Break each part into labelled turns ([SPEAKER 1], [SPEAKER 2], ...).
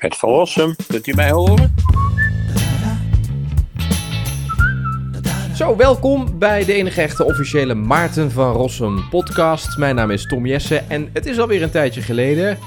[SPEAKER 1] Met Verlossum. Kunt u mij horen?
[SPEAKER 2] Zo, welkom bij de enige echte officiële Maarten van Rossum podcast. Mijn naam is Tom Jessen en het is alweer een tijdje geleden.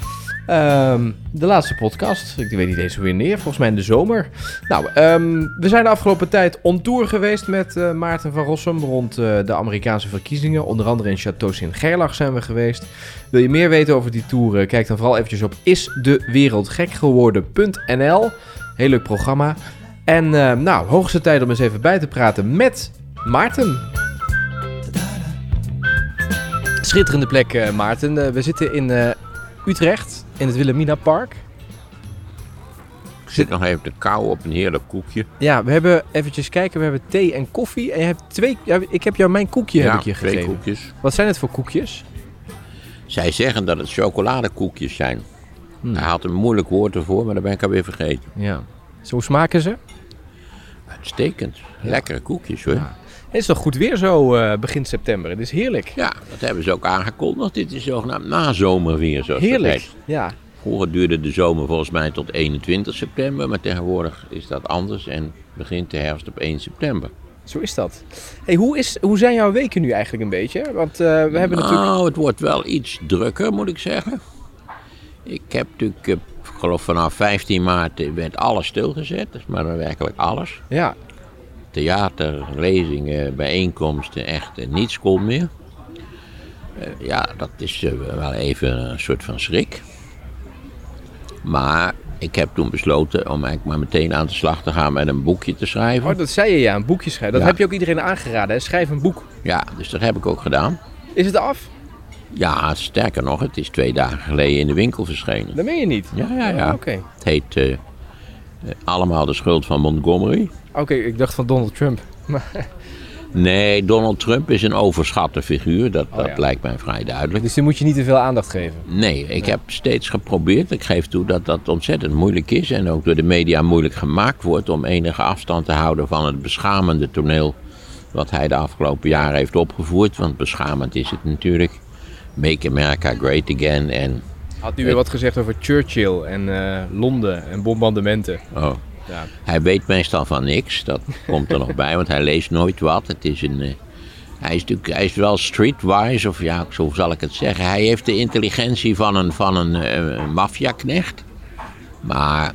[SPEAKER 2] Ehm, de laatste podcast. Ik weet niet eens hoe wanneer. Volgens mij in de zomer. Nou, ehm, we zijn de afgelopen tijd on tour geweest met eh, Maarten van Rossum rond eh, de Amerikaanse verkiezingen. Onder andere in Château Sint-Gerlach zijn we geweest. Wil je meer weten over die toeren? Kijk dan vooral eventjes op isdewereldgekgeworden.nl. Heel leuk programma. En eh, nou, hoogste tijd om eens even bij te praten met Maarten. Schitterende plek, eh, Maarten. Eh, we zitten in eh, Utrecht, in het Wilhelmina Park.
[SPEAKER 1] Ik zit nog even te kauwen op een heerlijk koekje.
[SPEAKER 2] Ja, we hebben eventjes kijken. We hebben thee en koffie. En je hebt twee... ja, ik heb jou mijn koekje heb ik je
[SPEAKER 1] twee
[SPEAKER 2] gegeven.
[SPEAKER 1] koekjes.
[SPEAKER 2] Wat zijn het voor koekjes?
[SPEAKER 1] Zij zeggen dat het chocoladekoekjes zijn.
[SPEAKER 2] Hmm.
[SPEAKER 1] Hij had een moeilijk woord ervoor, maar dat ben ik alweer vergeten.
[SPEAKER 2] Ja. Zo smaken ze.
[SPEAKER 1] Uitstekend. Lekkere koekjes hoor.
[SPEAKER 2] Ja.
[SPEAKER 1] Ja.
[SPEAKER 2] Het is toch goed weer zo eh, begin september. Het is heerlijk.
[SPEAKER 1] dat hebben ze ook aangekondigd. Dit is zogenaamd nazomerweer. Zoals dat
[SPEAKER 2] Heerlijk.
[SPEAKER 1] heet.
[SPEAKER 2] Ja.
[SPEAKER 1] Vroeger duurde de zomer volgens mij tot 21 september, maar tegenwoordig is dat anders en begint de herfst op 1 september.
[SPEAKER 2] Zo is dat. Hey, hoe, is, hoe zijn jouw weken nu eigenlijk een beetje? Want eh, we hebben
[SPEAKER 1] nou,
[SPEAKER 2] natuurlijk...
[SPEAKER 1] het wordt wel iets drukker, moet ik zeggen. Ik heb natuurlijk, eh, ik geloof vanaf 15 maart eh, werd alles stilgezet, dus maar dan werkelijk alles.
[SPEAKER 2] Ja,
[SPEAKER 1] Theater, lezingen, bijeenkomsten, echt eh, niets kon meer. Eh, ja, dat is eh, wel even een soort van schrik. Maar ik heb toen besloten om eigenlijk maar meteen aan de slag te gaan met een boekje te schrijven.
[SPEAKER 2] oh, dat zei je ja, een boekje schrijven. Dat
[SPEAKER 1] Ja.
[SPEAKER 2] heb je ook iedereen aangeraden, hè? schrijf een boek.
[SPEAKER 1] Ja, dus dat heb ik ook gedaan.
[SPEAKER 2] Is het af?
[SPEAKER 1] Ja, sterker nog, het is twee dagen geleden in de winkel verschenen.
[SPEAKER 2] Dat meen je niet.
[SPEAKER 1] Ja, ja, ja.
[SPEAKER 2] Oh, Oké,
[SPEAKER 1] Het heet eh, eh, Allemaal de schuld van Montgomery.
[SPEAKER 2] Oké, ik dacht van Donald Trump.
[SPEAKER 1] Nee, Donald Trump is een overschatte figuur. Dat, dat
[SPEAKER 2] ja.
[SPEAKER 1] lijkt mij vrij duidelijk.
[SPEAKER 2] Dus die moet je niet te veel aandacht geven.
[SPEAKER 1] Nee, ik heb steeds geprobeerd. Ik geef toe dat dat ontzettend moeilijk is. En ook door de media moeilijk gemaakt wordt. om enige afstand te houden van het beschamende toneel. wat hij de afgelopen jaren heeft opgevoerd. Want beschamend is het natuurlijk. Make America Great Again. En.
[SPEAKER 2] Had nu weer wat gezegd over Churchill en eh, Londen en bombardementen.
[SPEAKER 1] Oh,
[SPEAKER 2] Ja.
[SPEAKER 1] Hij weet meestal van niks, dat komt er nog bij, want hij leest nooit wat. Het is een, eh, hij, is natuurlijk, hij is wel streetwise, of ja, zo zal ik het zeggen. Hij heeft de intelligentie van een, van een eh, maffiaknecht. Maar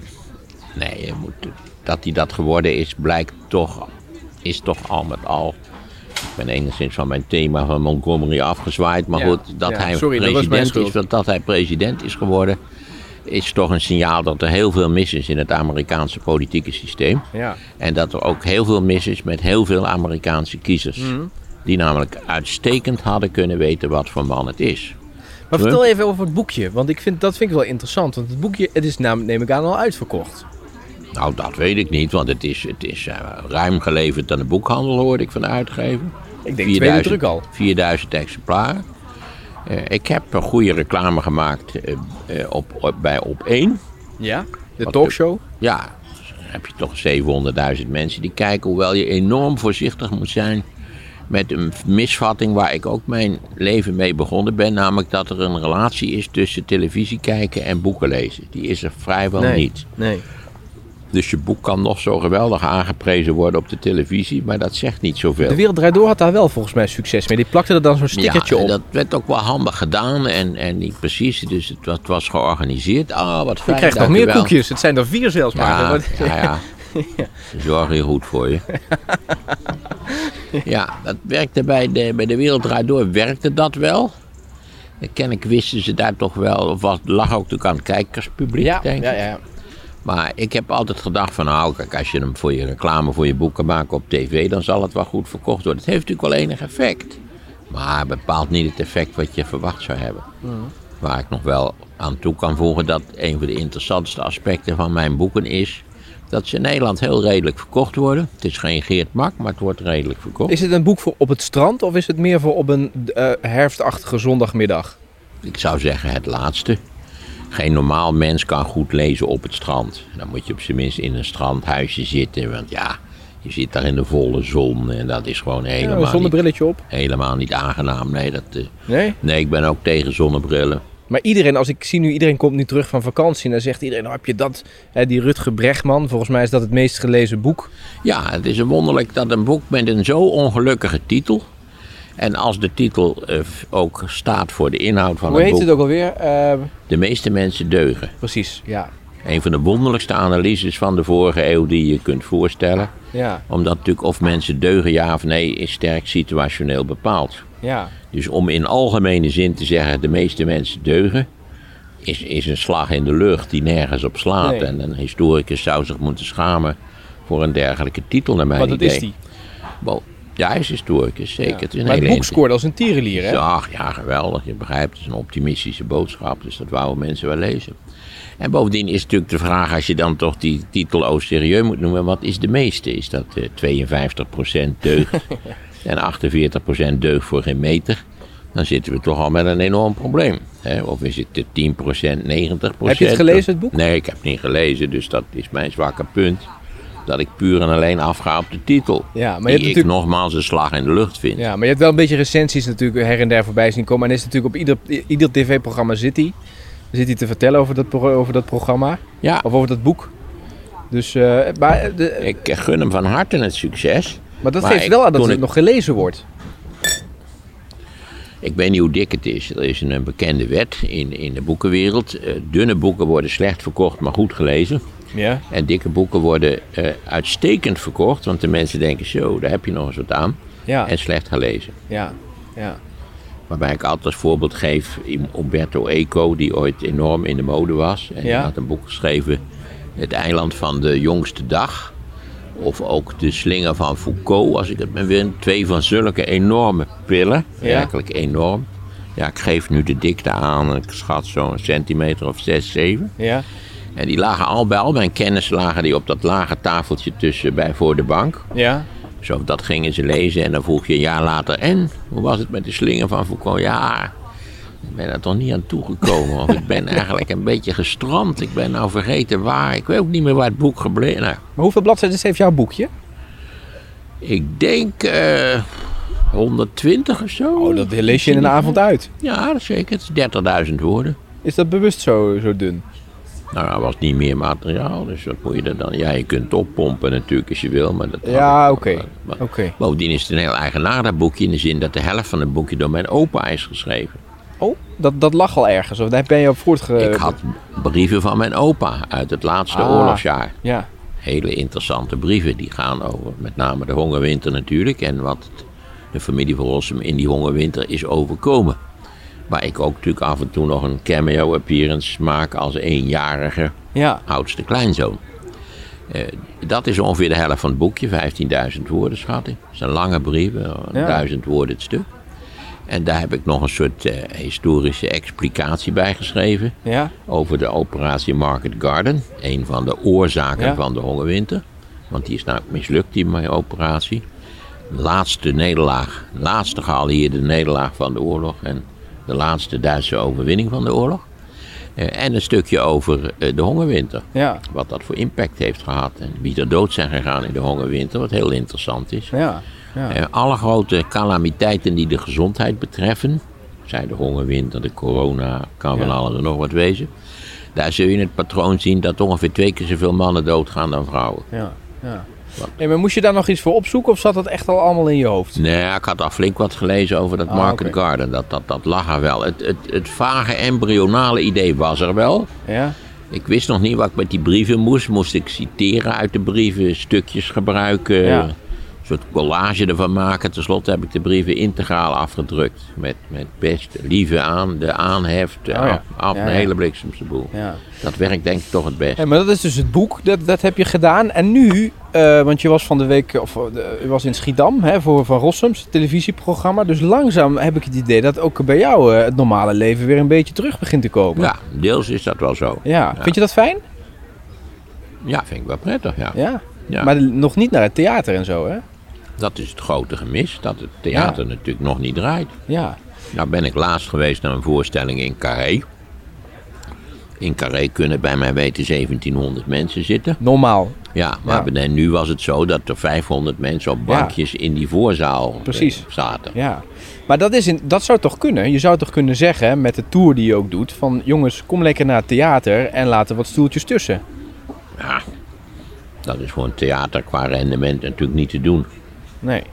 [SPEAKER 1] nee, je moet, dat hij dat geworden is, blijkt toch, is toch al met al. Ik ben enigszins van mijn thema van Montgomery afgezwaaid. Maar
[SPEAKER 2] Ja,
[SPEAKER 1] goed, dat
[SPEAKER 2] ja,
[SPEAKER 1] hij
[SPEAKER 2] sorry, dat was mijn
[SPEAKER 1] president
[SPEAKER 2] schuld.
[SPEAKER 1] is, want dat hij president is geworden, is toch een signaal dat er heel veel mis is in het Amerikaanse politieke systeem.
[SPEAKER 2] Ja.
[SPEAKER 1] En dat er ook heel veel mis is met heel veel Amerikaanse kiezers.
[SPEAKER 2] Mhm.
[SPEAKER 1] Die namelijk uitstekend hadden kunnen weten wat voor man het is. Huh?
[SPEAKER 2] Maar vertel even over het boekje, want ik vind, dat vind ik wel interessant. Want het boekje, het is nam, neem ik aan, al uitverkocht.
[SPEAKER 1] Nou, dat weet ik niet, want het is, het is eh, ruim geleverd aan de boekhandel, hoorde ik van de uitgever.
[SPEAKER 2] Ik denk tweede druk al.
[SPEAKER 1] 4000 exemplaren. Eh, ik heb een goede reclame gemaakt eh, eh, op, op- bij Op 1.
[SPEAKER 2] Ja? De
[SPEAKER 1] Wat
[SPEAKER 2] talkshow.
[SPEAKER 1] Ja, dus dan heb je toch 700.000 mensen die kijken. Hoewel je enorm voorzichtig moet zijn met een misvatting waar ik ook mijn leven mee begonnen ben. Namelijk dat er een relatie is tussen televisie kijken en boeken lezen. Die is er vrijwel
[SPEAKER 2] nee.
[SPEAKER 1] niet. Oh.
[SPEAKER 2] Nee.
[SPEAKER 1] Dus je boek kan nog zo geweldig aangeprezen worden op de televisie, maar dat zegt niet zoveel.
[SPEAKER 2] De Wereld Draait Door had daar wel volgens mij succes mee. Die plakte er dan zo'n stickertje
[SPEAKER 1] en
[SPEAKER 2] op.
[SPEAKER 1] dat werd ook wel handig gedaan en, en niet precies. Dus het was, het was georganiseerd. Ah, wat
[SPEAKER 2] Je
[SPEAKER 1] fijn.
[SPEAKER 2] krijgt nog
[SPEAKER 1] dank u
[SPEAKER 2] meer
[SPEAKER 1] wel.
[SPEAKER 2] koekjes. Het zijn er vier zelfs maar.
[SPEAKER 1] Ja,
[SPEAKER 2] Wat-
[SPEAKER 1] ja, ja. Ze zorgen hier goed voor je. Ja, dat werkte bij de, bij de Wereld Draait Door, werkte dat wel. Dat Ken ik, wisten ze daar toch wel, of was, lag ook natuurlijk aan het kijkerspubliek,
[SPEAKER 2] Ja,
[SPEAKER 1] denk ik.
[SPEAKER 2] ja, ja.
[SPEAKER 1] Maar ik heb altijd gedacht van, nou, kijk, als je hem voor je reclame, voor je boeken maakt op tv, dan zal het wel goed verkocht worden. Het heeft natuurlijk wel enig effect, maar bepaalt niet het effect wat je verwacht zou hebben. Waar ik nog wel aan toe kan voegen dat een van de interessantste aspecten van mijn boeken is dat ze in Nederland heel redelijk verkocht worden. Het is geen Geert Mak, maar het wordt redelijk verkocht.
[SPEAKER 2] Is het een boek voor op het strand of is het meer voor op een eh, herfstachtige zondagmiddag?
[SPEAKER 1] Ik zou zeggen het laatste. Geen normaal mens kan goed lezen op het strand. Dan moet je op zijn minst in een strandhuisje zitten. Want ja, je zit daar in de volle zon. En dat is gewoon
[SPEAKER 2] Ja,
[SPEAKER 1] helemaal,
[SPEAKER 2] een
[SPEAKER 1] niet,
[SPEAKER 2] zonnebrilletje op?
[SPEAKER 1] helemaal niet aangenaam. Nee, dat, eh,
[SPEAKER 2] Nee?
[SPEAKER 1] nee, ik ben ook tegen zonnebrillen.
[SPEAKER 2] Maar iedereen, als ik zie nu, iedereen komt nu terug van vakantie en dan zegt iedereen, nou heb je dat, hè, die Rutger Bregman, volgens mij is dat het meest gelezen boek.
[SPEAKER 1] Ja, het is een wonderlijk dat een boek met een zo ongelukkige titel. En als de titel eh, ook staat voor de inhoud van
[SPEAKER 2] Hoe
[SPEAKER 1] het
[SPEAKER 2] heet
[SPEAKER 1] boek.
[SPEAKER 2] het ook alweer? Eh,
[SPEAKER 1] De meeste mensen deugen.
[SPEAKER 2] precies, ja.
[SPEAKER 1] Een van de wonderlijkste analyses van de vorige eeuw die je kunt voorstellen.
[SPEAKER 2] Ja,
[SPEAKER 1] Omdat natuurlijk of mensen deugen ja of nee is sterk situationeel bepaald.
[SPEAKER 2] ja.
[SPEAKER 1] Dus om in algemene zin te zeggen de meeste mensen deugen, is, is een slag in de lucht die nergens op slaat.
[SPEAKER 2] Nee.
[SPEAKER 1] En een historicus zou zich moeten schamen voor een dergelijke titel naar mijn
[SPEAKER 2] Maar dat
[SPEAKER 1] idee.
[SPEAKER 2] is die.
[SPEAKER 1] Wel, ja, hij is historicus, zeker.
[SPEAKER 2] Ja.
[SPEAKER 1] Het is een
[SPEAKER 2] maar het
[SPEAKER 1] hele
[SPEAKER 2] boek scoorde als een tierenlier, hè?
[SPEAKER 1] ja, Ach ja, geweldig. Je begrijpt, het is een optimistische boodschap. Dus dat wouden mensen wel lezen. En bovendien is natuurlijk de vraag, als je dan toch die titel O serieus moet noemen, wat is de meeste? Is dat eh 52% deugd en 48% deugd voor geen meter? Dan zitten we toch al met een enorm probleem. Hè? Of is het eh, 10%, 90%?
[SPEAKER 2] Heb je het gelezen, het boek?
[SPEAKER 1] Nee, ik heb het niet gelezen, dus dat is mijn zwakke punt. Dat ik puur en alleen afga op de titel.
[SPEAKER 2] Ja, maar je
[SPEAKER 1] die
[SPEAKER 2] hebt
[SPEAKER 1] ik
[SPEAKER 2] natuurlijk-
[SPEAKER 1] nogmaals een slag in de lucht vind.
[SPEAKER 2] Ja, maar je hebt wel een beetje recensies natuurlijk her en der voorbij zien komen. En is natuurlijk op ieder, ieder tv-programma zit hij. Zit hij te vertellen over dat, pro- over dat programma.
[SPEAKER 1] ja.
[SPEAKER 2] Of over dat boek. Dus, eh, maar, eh, de-
[SPEAKER 1] Ik gun hem van harte het succes.
[SPEAKER 2] maar dat
[SPEAKER 1] maar
[SPEAKER 2] geeft
[SPEAKER 1] ik-
[SPEAKER 2] wel aan dat
[SPEAKER 1] toen
[SPEAKER 2] het
[SPEAKER 1] ik-
[SPEAKER 2] nog gelezen wordt.
[SPEAKER 1] Ik weet niet hoe dik het is. Er is een, een bekende wet in, in de boekenwereld. Eh, dunne boeken worden slecht verkocht, maar goed gelezen.
[SPEAKER 2] Ja.
[SPEAKER 1] En dikke boeken worden eh, uitstekend verkocht, want de mensen denken zo, daar heb je nog eens wat aan.
[SPEAKER 2] Ja,
[SPEAKER 1] En slecht gelezen.
[SPEAKER 2] ja, ja.
[SPEAKER 1] Waarbij ik altijd als voorbeeld geef Umberto Eco, die ooit enorm in de mode was. En die
[SPEAKER 2] Ja.
[SPEAKER 1] had een boek geschreven, Het eiland van de jongste dag. Of ook De slinger van Foucault, als ik het me win. Twee van zulke enorme pillen,
[SPEAKER 2] Ja.
[SPEAKER 1] werkelijk enorm. Ja, ik geef nu de dikte aan, ik schat zo'n centimeter of zes, zeven.
[SPEAKER 2] Ja,
[SPEAKER 1] En die lagen al bij al mijn kennis lagen die op dat lage tafeltje tussen bij voor de bank.
[SPEAKER 2] ja.
[SPEAKER 1] Zo, Dus dat gingen ze lezen en dan vroeg je een jaar later... en, hoe was het met de slinger van Foucault? Ja, ik ben er toch niet aan toegekomen. Of ik ben eigenlijk een beetje gestrand. Ik ben nou vergeten waar. Ik weet ook niet meer waar het boek gebleven nou,
[SPEAKER 2] Maar hoeveel bladzijden heeft jouw boekje?
[SPEAKER 1] Ik denk eh 120 of zo.
[SPEAKER 2] Oh, dat lees je in een avond uit.
[SPEAKER 1] Ja, zeker. Het is 30.000 woorden.
[SPEAKER 2] Is dat bewust zo, zo dun?
[SPEAKER 1] Nou, er was niet meer materiaal, dus wat moet je er dan? Ja, je kunt het oppompen natuurlijk als je wil, maar dat...
[SPEAKER 2] Ja, oké.
[SPEAKER 1] Maar-
[SPEAKER 2] Oké.
[SPEAKER 1] Bovendien is het een heel eigenaardig boekje in de zin dat de helft van het boekje door mijn opa is geschreven.
[SPEAKER 2] Oh, dat, dat lag al ergens. Of daar ben je op voortge...
[SPEAKER 1] Ik had brieven van mijn opa uit het laatste
[SPEAKER 2] Eh, Ah.
[SPEAKER 1] oorlogsjaar.
[SPEAKER 2] Ja,
[SPEAKER 1] Hele interessante brieven. Die gaan over met name de hongerwinter natuurlijk. En wat de familie van Rossum in die hongerwinter is overkomen. Waar ik ook natuurlijk af en toe nog een cameo appearance maak als eenjarige
[SPEAKER 2] ja.
[SPEAKER 1] oudste kleinzoon. Eh, dat is ongeveer de helft van het boekje, 15.000 woorden schatting. Dat is een lange brief, eh,
[SPEAKER 2] Ja.
[SPEAKER 1] 1000 woorden het stuk. En daar heb ik nog een soort eh, historische explicatie bij geschreven
[SPEAKER 2] Ja,
[SPEAKER 1] over de operatie Market Garden. Een van de oorzaken
[SPEAKER 2] Ja.
[SPEAKER 1] van de hongerwinter. Want die is nou mislukt, die mijn operatie. Laatste nederlaag, laatste geallieerde nederlaag van de oorlog. En de laatste Duitse overwinning van de oorlog. Eh, en een stukje over eh, de hongerwinter.
[SPEAKER 2] ja,
[SPEAKER 1] Wat dat voor impact heeft gehad. En wie er dood zijn gegaan in de hongerwinter. Wat heel interessant is.
[SPEAKER 2] ja. ja.
[SPEAKER 1] Eh, alle grote calamiteiten die de gezondheid betreffen, zij de hongerwinter, de corona, kan van
[SPEAKER 2] Ja.
[SPEAKER 1] alles en nog wat wezen. Daar zul je in het patroon zien dat ongeveer twee keer zoveel mannen doodgaan dan vrouwen.
[SPEAKER 2] Ja, ja. Hey, maar moest je daar nog iets voor opzoeken of zat dat echt al allemaal in je hoofd?
[SPEAKER 1] Nee, ik had al flink wat gelezen over dat
[SPEAKER 2] Ah,
[SPEAKER 1] Market
[SPEAKER 2] oké.
[SPEAKER 1] Garden. Dat, dat, dat lag er wel. Het, het, het vage embryonale idee was er wel.
[SPEAKER 2] Ja,
[SPEAKER 1] Ik wist nog niet wat ik met die brieven moest. Moest ik citeren uit de brieven, stukjes gebruiken,
[SPEAKER 2] Ja.
[SPEAKER 1] een soort collage ervan maken. Ten slotte heb ik de brieven integraal afgedrukt. Met, met best lieve aan, de aanhef, de
[SPEAKER 2] Oh ja.
[SPEAKER 1] af, af,
[SPEAKER 2] Ja,
[SPEAKER 1] een
[SPEAKER 2] ja.
[SPEAKER 1] hele bliksemse boel.
[SPEAKER 2] ja.
[SPEAKER 1] Dat werkt denk ik toch het best.
[SPEAKER 2] Hey, maar dat is dus het boek, dat, dat heb je gedaan. En nu, eh, want je was van de week, of eh, de- je was in Schiedam hè, voor Van Rossums, het televisieprogramma. Dus langzaam heb ik het idee dat ook bij jou eh, het normale leven weer een beetje terug begint te komen.
[SPEAKER 1] Ja, deels is dat wel zo.
[SPEAKER 2] Ja.
[SPEAKER 1] Ja.
[SPEAKER 2] vind je dat fijn?
[SPEAKER 1] Ja, vind ik wel prettig. Ja.
[SPEAKER 2] Ja.
[SPEAKER 1] Ja.
[SPEAKER 2] Maar nog niet naar het theater en zo, hè?
[SPEAKER 1] Dat is het grote gemis, dat het theater natuurlijk nog niet draait.
[SPEAKER 2] Ja.
[SPEAKER 1] Nou ben ik laatst geweest naar een voorstelling in Carré. In Carré kunnen bij mij weten 1700 mensen zitten.
[SPEAKER 2] Normaal,
[SPEAKER 1] Ja, maar
[SPEAKER 2] Ja.
[SPEAKER 1] bij- nu was het zo dat er 500 mensen op
[SPEAKER 2] Ja.
[SPEAKER 1] bankjes in die voorzaal eh,
[SPEAKER 2] Precies.
[SPEAKER 1] zaten.
[SPEAKER 2] ja. Maar dat, is in, dat zou toch kunnen? Je zou toch kunnen zeggen met de tour die je ook doet: van jongens, kom lekker naar het theater en laten wat stoeltjes tussen.
[SPEAKER 1] Ja, dat is voor een theater qua rendement natuurlijk niet te doen.
[SPEAKER 2] Nee.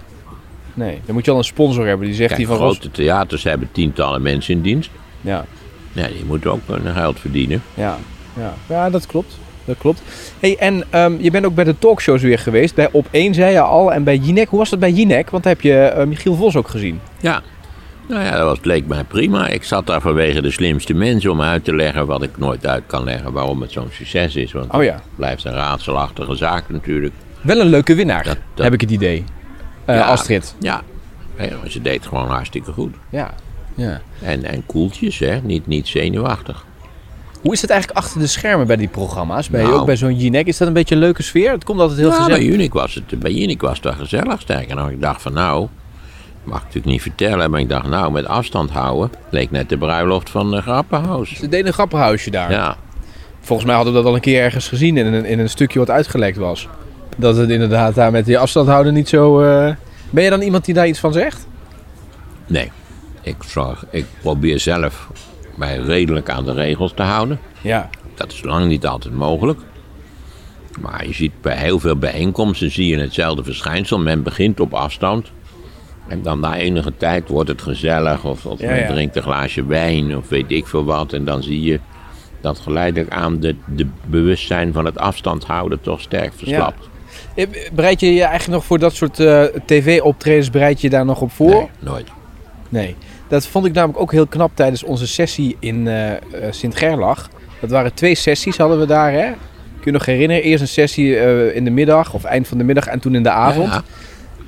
[SPEAKER 2] Nee, dan moet je al een sponsor hebben die zegt
[SPEAKER 1] Kijk,
[SPEAKER 2] die van
[SPEAKER 1] grote theaters hebben tientallen mensen in dienst.
[SPEAKER 2] Ros- Ja,
[SPEAKER 1] Ja, die moeten ook hun geld verdienen.
[SPEAKER 2] ja, ja. ja, dat klopt. Dat klopt. Hey, en ehm, je bent ook bij de talkshows weer geweest. Bij Op 1 zei je al en bij Jinek. Hoe was dat bij Jinek? Want daar heb je eh, Michiel Vos ook gezien.
[SPEAKER 1] Ja. Nou ja, dat was, leek mij prima. Ik zat daar vanwege de slimste mensen om uit te leggen wat ik nooit uit kan leggen waarom het zo'n succes is. Want
[SPEAKER 2] Oh ja.
[SPEAKER 1] het blijft een raadselachtige zaak natuurlijk.
[SPEAKER 2] Wel een leuke winnaar,
[SPEAKER 1] Dat- dat-
[SPEAKER 2] heb ik het idee. Eh,
[SPEAKER 1] Ja.
[SPEAKER 2] Astrid.
[SPEAKER 1] Ja, Hé, maar ze deed gewoon hartstikke goed.
[SPEAKER 2] Ja. ja.
[SPEAKER 1] En, en koeltjes, hè? Niet, niet zenuwachtig.
[SPEAKER 2] Hoe is het eigenlijk achter de schermen bij die programma's? Bij,
[SPEAKER 1] Nou.
[SPEAKER 2] Ook bij zo'n Jinek? Is dat een beetje een leuke sfeer? Het komt altijd heel
[SPEAKER 1] Ja,
[SPEAKER 2] gezellig.
[SPEAKER 1] bij Unik was het, bij Unik was het wel gezellig sterker. Nou, ik dacht van nou, mag ik natuurlijk niet vertellen, maar ik dacht nou, met afstand houden. Leek net de bruiloft van de Grappenhaus.
[SPEAKER 2] Ze deden een grappenhuisje daar.
[SPEAKER 1] Ja,
[SPEAKER 2] Volgens mij hadden we dat al een keer ergens gezien in een, in een stukje wat uitgelekt was. Dat het inderdaad daar met die afstand houden niet zo... eh, Ben je dan iemand die daar iets van zegt?
[SPEAKER 1] nee. Ik, zorg, ik probeer zelf mij redelijk aan de regels te houden.
[SPEAKER 2] Ja.
[SPEAKER 1] Dat is lang niet altijd mogelijk. Maar je ziet bij heel veel bijeenkomsten zie je hetzelfde verschijnsel. Men begint op afstand. En dan na enige tijd wordt het gezellig. Of, of
[SPEAKER 2] Ja,
[SPEAKER 1] men
[SPEAKER 2] ja.
[SPEAKER 1] drinkt een glaasje wijn of weet ik veel wat. En dan zie je dat geleidelijk aan de, de bewustzijn van het afstand houden toch sterk verslapt.
[SPEAKER 2] Eh, Bereid je je eigenlijk nog voor dat soort eh, tv-optredens, bereid je daar nog op voor?
[SPEAKER 1] Nee, nooit.
[SPEAKER 2] Nee. Dat vond ik namelijk ook heel knap tijdens onze sessie in eh, eh, Sint-Gerlach. Dat waren twee sessies hadden we daar, hè? Kun je nog herinneren? Eerst een sessie eh, in de middag of eind van de middag en toen in de avond.
[SPEAKER 1] Ja,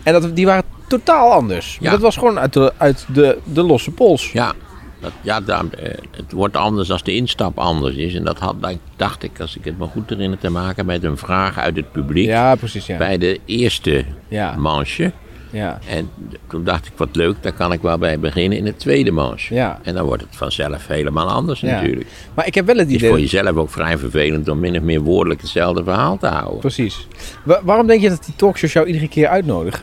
[SPEAKER 2] En dat, die waren totaal anders.
[SPEAKER 1] Ja.
[SPEAKER 2] Dat was gewoon uit de, uit de, de losse pols.
[SPEAKER 1] ja, dat, ja daar, eh, het wordt anders als de instap anders is. En dat had, dacht ik, als ik het me goed herinner, te maken met een vraag uit het publiek.
[SPEAKER 2] Ja, precies. Ja.
[SPEAKER 1] Bij de eerste
[SPEAKER 2] Ja,
[SPEAKER 1] manche.
[SPEAKER 2] ja.
[SPEAKER 1] En toen dacht ik, wat leuk, daar kan ik wel bij beginnen in het tweede manche.
[SPEAKER 2] Ja.
[SPEAKER 1] En dan wordt het vanzelf helemaal anders
[SPEAKER 2] Ja.
[SPEAKER 1] natuurlijk.
[SPEAKER 2] Maar ik heb wel het
[SPEAKER 1] Het is voor
[SPEAKER 2] idee.
[SPEAKER 1] jezelf ook vrij vervelend om min of meer woordelijk hetzelfde verhaal te houden.
[SPEAKER 2] Precies. Wa- waarom denk je dat die talkshows jou iedere keer uitnodigen?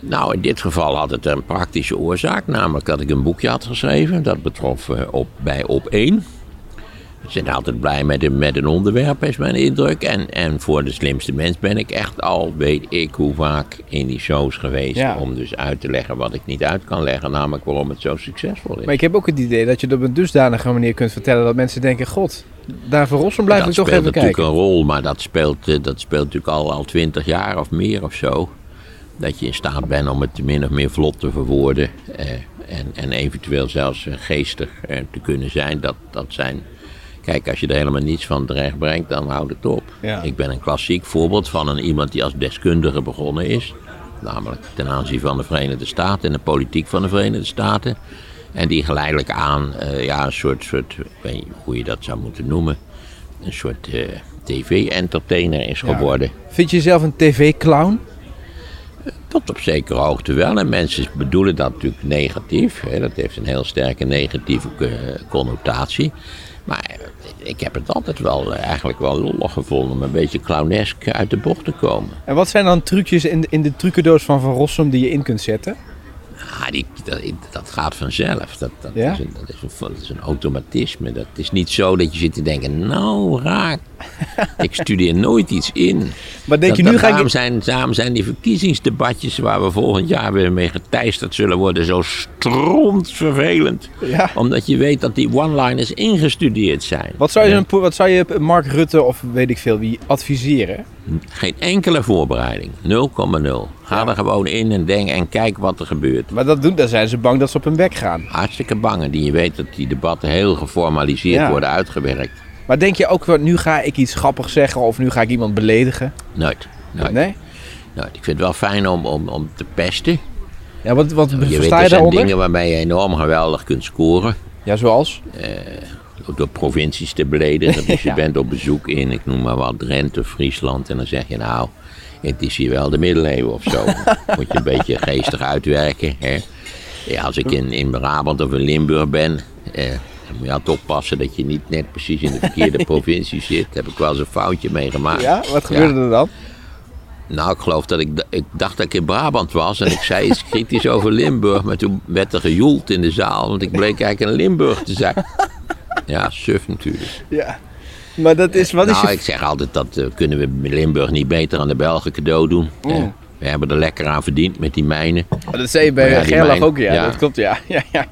[SPEAKER 1] Nou, in dit geval had het een praktische oorzaak, namelijk dat ik een boekje had geschreven. Dat betrof eh, op, bij Op 1. Ze zijn altijd blij met een, met een onderwerp, is mijn indruk. En, en voor de slimste mens ben ik echt al, weet ik hoe vaak, in die shows geweest.
[SPEAKER 2] Ja.
[SPEAKER 1] Om dus uit te leggen wat ik niet uit kan leggen, namelijk waarom het zo succesvol is.
[SPEAKER 2] Maar ik heb ook het idee dat je dat op een dusdanige manier kunt vertellen dat mensen denken: God, daar voor Rossum blijf
[SPEAKER 1] dat
[SPEAKER 2] ik toch
[SPEAKER 1] speelt
[SPEAKER 2] even
[SPEAKER 1] natuurlijk
[SPEAKER 2] kijken.
[SPEAKER 1] een rol, maar dat speelt, eh, dat speelt natuurlijk al, al twintig jaar of meer of zo. Dat je in staat bent om het min of meer vlot te verwoorden. eh, en, en eventueel zelfs eh, geestig eh, te kunnen zijn. Dat, dat zijn. Kijk, als je er helemaal niets van terecht brengt, dan houdt het op.
[SPEAKER 2] Ja.
[SPEAKER 1] Ik ben een klassiek voorbeeld van een, iemand die als deskundige begonnen is. Namelijk ten aanzien van de Verenigde Staten en de politiek van de Verenigde Staten. En die geleidelijk aan eh, ja, een soort, soort, ik weet niet hoe je dat zou moeten noemen, een soort eh, tv-entertainer is
[SPEAKER 2] Ja.
[SPEAKER 1] geworden.
[SPEAKER 2] Vind je jezelf een tv-clown?
[SPEAKER 1] Tot op zekere hoogte wel. En mensen bedoelen dat natuurlijk negatief. Hè. Dat heeft een heel sterke negatieve eh, connotatie. Maar eh, ik heb het altijd wel eh, eigenlijk wel lollig gevonden om een beetje clownesk uit de bocht te komen.
[SPEAKER 2] En wat zijn dan trucjes in, in de trucendoos van Van Rossum die je in kunt zetten?
[SPEAKER 1] Ah, die, dat, dat gaat vanzelf. Dat, dat,
[SPEAKER 2] Ja?
[SPEAKER 1] is een, dat, is een, dat is een automatisme. Dat is niet zo dat je zit te denken, nou raak, ik studeer nooit iets in.
[SPEAKER 2] Maar
[SPEAKER 1] Dat-
[SPEAKER 2] denk je, nu
[SPEAKER 1] dat-
[SPEAKER 2] ga ik...
[SPEAKER 1] daarom, zijn, daarom zijn die verkiezingsdebatjes waar we volgend jaar weer mee geteisterd zullen worden zo strontvervelend.
[SPEAKER 2] Ja.
[SPEAKER 1] Omdat je weet dat die one-liners ingestudeerd zijn.
[SPEAKER 2] Wat zou, je,
[SPEAKER 1] Ja.
[SPEAKER 2] een po- wat zou je Mark Rutte of weet ik veel wie adviseren?
[SPEAKER 1] Geen enkele voorbereiding. 0,0. Ga er gewoon in en denk en kijk wat er gebeurt.
[SPEAKER 2] Maar dat doen, dan zijn ze bang dat ze op hun bek gaan.
[SPEAKER 1] Hartstikke bangen die je weet dat die debatten heel geformaliseerd
[SPEAKER 2] Ja.
[SPEAKER 1] worden uitgewerkt.
[SPEAKER 2] Maar denk je ook, wel, nu ga ik iets grappigs zeggen of nu ga ik iemand beledigen?
[SPEAKER 1] Nooit. Nooit.
[SPEAKER 2] Nee?
[SPEAKER 1] nooit. Ik vind het wel fijn om, om, om te pesten.
[SPEAKER 2] Ja, wat, wat
[SPEAKER 1] Je weet,
[SPEAKER 2] versta
[SPEAKER 1] er
[SPEAKER 2] je
[SPEAKER 1] zijn
[SPEAKER 2] daaronder?
[SPEAKER 1] dingen waarmee je enorm geweldig kunt scoren.
[SPEAKER 2] Ja, zoals?
[SPEAKER 1] door provincies te beledigen. Dus je
[SPEAKER 2] Ja.
[SPEAKER 1] bent op bezoek in, ik noem maar wat, Drenthe, Friesland. En dan zeg je nou, het is hier wel de middeleeuwen of zo. Moet je een beetje geestig uitwerken. Hè? Ja, als ik in, in Brabant of in Limburg ben, eh, Dan moet je altijd oppassen dat je niet net precies in de verkeerde provincie zit. Daar heb ik wel eens een foutje meegemaakt.
[SPEAKER 2] Ja, wat gebeurde er dan?
[SPEAKER 1] Nou, ik geloof dat ik, ik dacht dat ik in Brabant was en ik zei iets kritisch over Limburg. Maar toen werd er gejoeld in de zaal, want ik bleek eigenlijk een Limburg te zijn. Ja, suf natuurlijk.
[SPEAKER 2] Ja. Maar dat is, wat is
[SPEAKER 1] nou,
[SPEAKER 2] je...
[SPEAKER 1] ik zeg altijd dat eh, kunnen we Limburg niet beter aan de Belgen cadeau doen. Eh, we hebben er lekker aan verdiend met die mijnen.
[SPEAKER 2] Maar dat zei je bij
[SPEAKER 1] Ja, die
[SPEAKER 2] Gerlach
[SPEAKER 1] mijn-
[SPEAKER 2] ook, ja.
[SPEAKER 1] ja.
[SPEAKER 2] Dat klopt, ja. Ja, ja.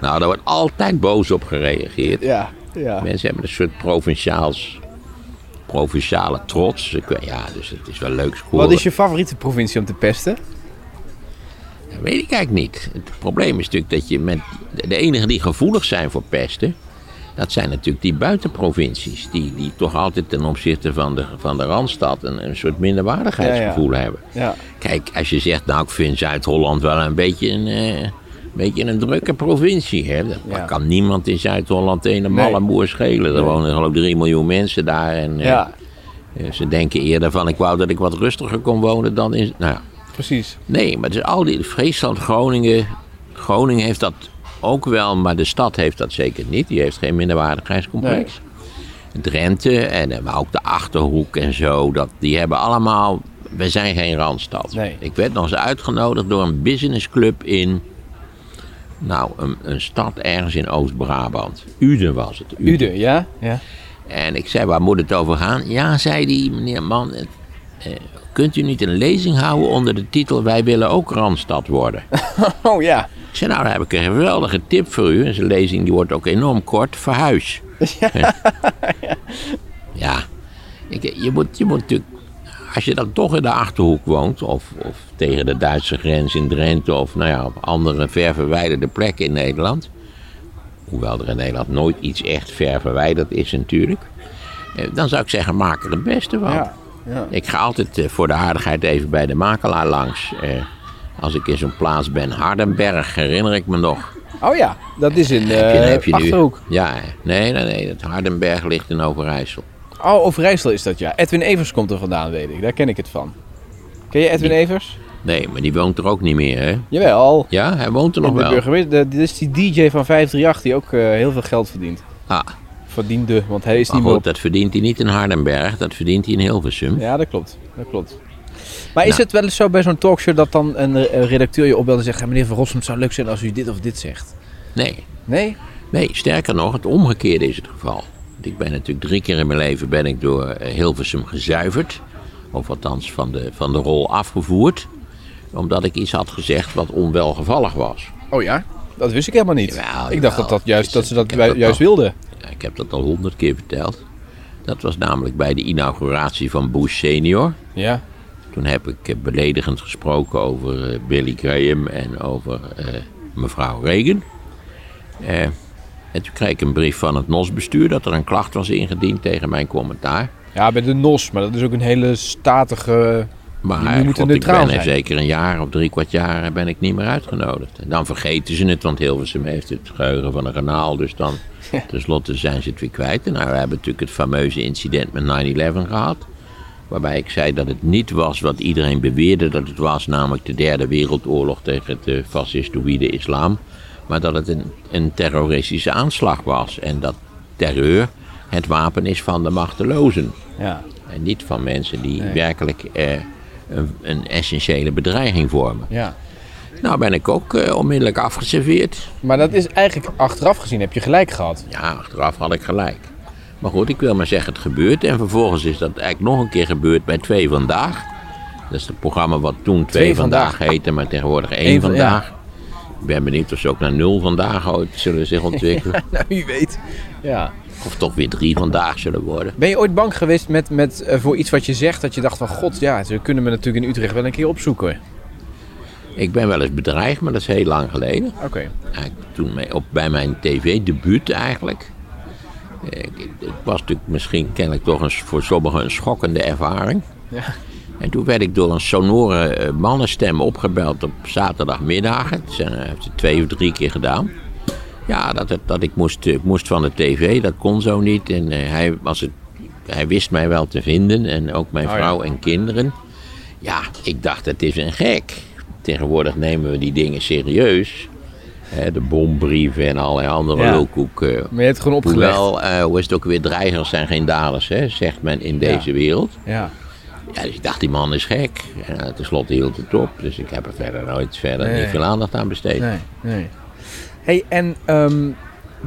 [SPEAKER 1] Nou, daar wordt altijd boos op gereageerd.
[SPEAKER 2] ja. ja.
[SPEAKER 1] Mensen hebben een soort provinciaals, provinciale trots. Ik weet- Ja, dus het is wel leuk school.
[SPEAKER 2] Wat is je favoriete provincie om te pesten?
[SPEAKER 1] Dat weet ik eigenlijk niet. Het probleem is natuurlijk dat je met de enigen die gevoelig zijn voor pesten, dat zijn natuurlijk die buitenprovincies. Die, die toch altijd ten opzichte van de, van de Randstad een, een soort minderwaardigheidsgevoel hebben.
[SPEAKER 2] Ja.
[SPEAKER 1] Kijk, als je zegt, nou ik vind Zuid-Holland wel een beetje een, eh, een beetje een drukke provincie. Hè? Dat
[SPEAKER 2] Ja.
[SPEAKER 1] kan niemand in Zuid-Holland een
[SPEAKER 2] Nee.
[SPEAKER 1] malle boer schelen. Er wonen geloof ik 3 miljoen mensen daar. En, eh,
[SPEAKER 2] Ja,
[SPEAKER 1] eh, ze denken eerder van, ik wou dat ik wat rustiger kon wonen dan in... Nou, ja.
[SPEAKER 2] precies.
[SPEAKER 1] Nee, maar het is al die Friesland, Groningen. Groningen heeft dat ook wel, maar de stad heeft dat zeker niet. Die heeft geen minderwaardigheidscomplex. Drenthe en eh, maar ook de achterhoek en zo, dat, die hebben allemaal. We zijn geen randstad.
[SPEAKER 2] Nee.
[SPEAKER 1] Ik werd nog eens uitgenodigd door een businessclub in. Nou, een, een stad ergens in Oost-Brabant. Uden was het.
[SPEAKER 2] Ude, ja? Ja.
[SPEAKER 1] En ik zei, waar moet het over gaan? Ja, zei die meneer Man, eh, eh, kunt u niet een lezing houden onder de titel Wij willen ook Randstad worden?
[SPEAKER 2] Oh ja.
[SPEAKER 1] Ik zei, nou, daar heb ik een geweldige tip voor u. En zijn lezing die wordt ook enorm kort. Verhuis. ja. Ik, je, moet, je moet natuurlijk... Als je dan toch in de Achterhoek woont... Of, of tegen de Duitse grens in Drenthe... of nou ja, op andere ver verwijderde plekken in Nederland... hoewel er in Nederland nooit iets echt ver verwijderd is natuurlijk... eh, dan zou ik zeggen, maak er het beste van.
[SPEAKER 2] Ja. ja.
[SPEAKER 1] Ik ga altijd eh, voor de aardigheid even bij de makelaar langs. Eh, als ik in zo'n plaats ben, Hardenberg, herinner ik me nog.
[SPEAKER 2] Oh ja, dat is in
[SPEAKER 1] Heb je-
[SPEAKER 2] eh
[SPEAKER 1] heb je nu-
[SPEAKER 2] Achterhoek.
[SPEAKER 1] Ja, nee, nee, nee. Het Hardenberg ligt in Overijssel.
[SPEAKER 2] Oh, Overijssel is dat, ja. Edwin Evers komt er vandaan, weet ik. Daar ken ik het van. Ken je Edwin Evers?
[SPEAKER 1] Nee, maar die woont er ook niet meer, hè?
[SPEAKER 2] Jawel.
[SPEAKER 1] Ja, hij woont er nog
[SPEAKER 2] In de
[SPEAKER 1] wel.
[SPEAKER 2] burgemeester, de- dit is die DJ van 538 die ook eh, heel veel geld verdient.
[SPEAKER 1] Ah,
[SPEAKER 2] Verdiende, want hij is
[SPEAKER 1] maar
[SPEAKER 2] niet meer
[SPEAKER 1] goed,
[SPEAKER 2] op.
[SPEAKER 1] dat verdient hij niet in Hardenberg. Dat verdient hij in Hilversum.
[SPEAKER 2] Ja, dat klopt. Dat klopt. Maar is
[SPEAKER 1] Nou.
[SPEAKER 2] het wel eens zo bij zo'n talkshow dat dan een eh, redacteur je opbelt en zegt... "Ja, meneer Van Rossum, het zou leuk zijn als u dit of dit zegt.
[SPEAKER 1] Nee,
[SPEAKER 2] Nee?
[SPEAKER 1] nee, sterker nog, het omgekeerde is het geval. Want Ik ben natuurlijk drie keer in mijn leven ben ik door eh, Hilversum gezuiverd. Of althans van de, van de rol afgevoerd. Omdat ik iets had gezegd wat onwelgevallig was.
[SPEAKER 2] Oh ja? Dat wist ik helemaal niet.
[SPEAKER 1] Jawel,
[SPEAKER 2] ik dacht
[SPEAKER 1] jawel.
[SPEAKER 2] dat, dat, juist, dat ze dat,
[SPEAKER 1] Ik heb
[SPEAKER 2] wij-
[SPEAKER 1] dat
[SPEAKER 2] juist
[SPEAKER 1] nog.
[SPEAKER 2] wilden.
[SPEAKER 1] Ja, ik heb dat al honderd keer verteld. Dat was namelijk bij de inauguratie van Bush senior.
[SPEAKER 2] Ja.
[SPEAKER 1] Toen heb ik eh, beledigend gesproken over eh, Billy Graham en over eh, mevrouw Reagan. Eh, en toen kreeg ik een brief van het NOS-bestuur dat er een klacht was ingediend tegen mijn commentaar.
[SPEAKER 2] Ja, bij de NOS, maar dat is ook een hele statige...
[SPEAKER 1] Maar
[SPEAKER 2] Die
[SPEAKER 1] God,
[SPEAKER 2] moeten
[SPEAKER 1] ik
[SPEAKER 2] neutraal
[SPEAKER 1] ben er
[SPEAKER 2] zijn.
[SPEAKER 1] zeker een jaar of drie kwart jaar eh, ben ik niet meer uitgenodigd. En dan vergeten ze het, want Hilversum heeft het geheugen van een kanaal. Dus dan tenslotte zijn ze het weer kwijt. En nou, we hebben natuurlijk het fameuze incident met 9-11 gehad. Waarbij ik zei dat het niet was wat iedereen beweerde dat het was. Namelijk de derde wereldoorlog tegen het eh, fascistoïde islam. Maar dat het een, een terroristische aanslag was. En dat terreur het wapen is van de machtelozen.
[SPEAKER 2] Ja.
[SPEAKER 1] En niet van mensen die werkelijk eh, een, een essentiële bedreiging vormen.
[SPEAKER 2] ja.
[SPEAKER 1] Nou ben ik ook eh, onmiddellijk afgeserveerd.
[SPEAKER 2] Maar dat is eigenlijk, achteraf gezien, heb je gelijk gehad.
[SPEAKER 1] Ja, achteraf had ik gelijk. Maar goed, ik wil maar zeggen, het gebeurt. En vervolgens is dat eigenlijk nog een keer gebeurd bij Twee Vandaag. Dat is het programma wat toen Twee,
[SPEAKER 2] Twee
[SPEAKER 1] Vandaag,
[SPEAKER 2] Vandaag.
[SPEAKER 1] heette, maar tegenwoordig
[SPEAKER 2] Eén
[SPEAKER 1] één
[SPEAKER 2] van-
[SPEAKER 1] Vandaag. Ik ben benieuwd of ze ook naar nul vandaag ooit zullen zich ontwikkelen.
[SPEAKER 2] Nou, wie weet. Ja.
[SPEAKER 1] Of toch weer drie vandaag zullen worden.
[SPEAKER 2] Ben je ooit bang geweest met, met, eh, voor iets wat je zegt, dat je dacht van... God, ja, ze kunnen me natuurlijk in Utrecht wel een keer opzoeken.
[SPEAKER 1] Ik ben wel eens bedreigd, maar dat is heel lang geleden.
[SPEAKER 2] Oké.
[SPEAKER 1] eigenlijk toen mij- op, bij mijn tv-debuut eigenlijk. Eh, Ik, ik- het was natuurlijk misschien kennelijk toch een, voor sommigen een schokkende ervaring.
[SPEAKER 2] Ja.
[SPEAKER 1] En toen werd ik door een sonore eh, mannenstem opgebeld op zaterdagmiddagen. Dat zijn, eh, heeft het twee of drie keer gedaan. Ja, dat, het- dat ik, moest, eh, ik moest van de tv, dat kon zo niet. En eh, hij, was het, hij wist mij wel te vinden en ook mijn
[SPEAKER 2] Oh ja.
[SPEAKER 1] vrouw en kinderen. Ja, ik dacht, het is een gek. Tegenwoordig nemen we die dingen serieus. hè, de bombrieven en allerlei andere
[SPEAKER 2] Ja.
[SPEAKER 1] lulkoek. eh,
[SPEAKER 2] Maar je hebt het gewoon opgelegd.
[SPEAKER 1] hoewel, eh, hoe is het ook weer, dreigers zijn geen daders, hè, zegt men in deze wereld.
[SPEAKER 2] Ja.
[SPEAKER 1] Ja, dus ik dacht, die man is gek. En eh, tenslotte hield het op. Dus ik heb er verder nooit verder
[SPEAKER 2] Nee.
[SPEAKER 1] niet veel aandacht aan besteed.
[SPEAKER 2] Nee, nee. hey, en ehm,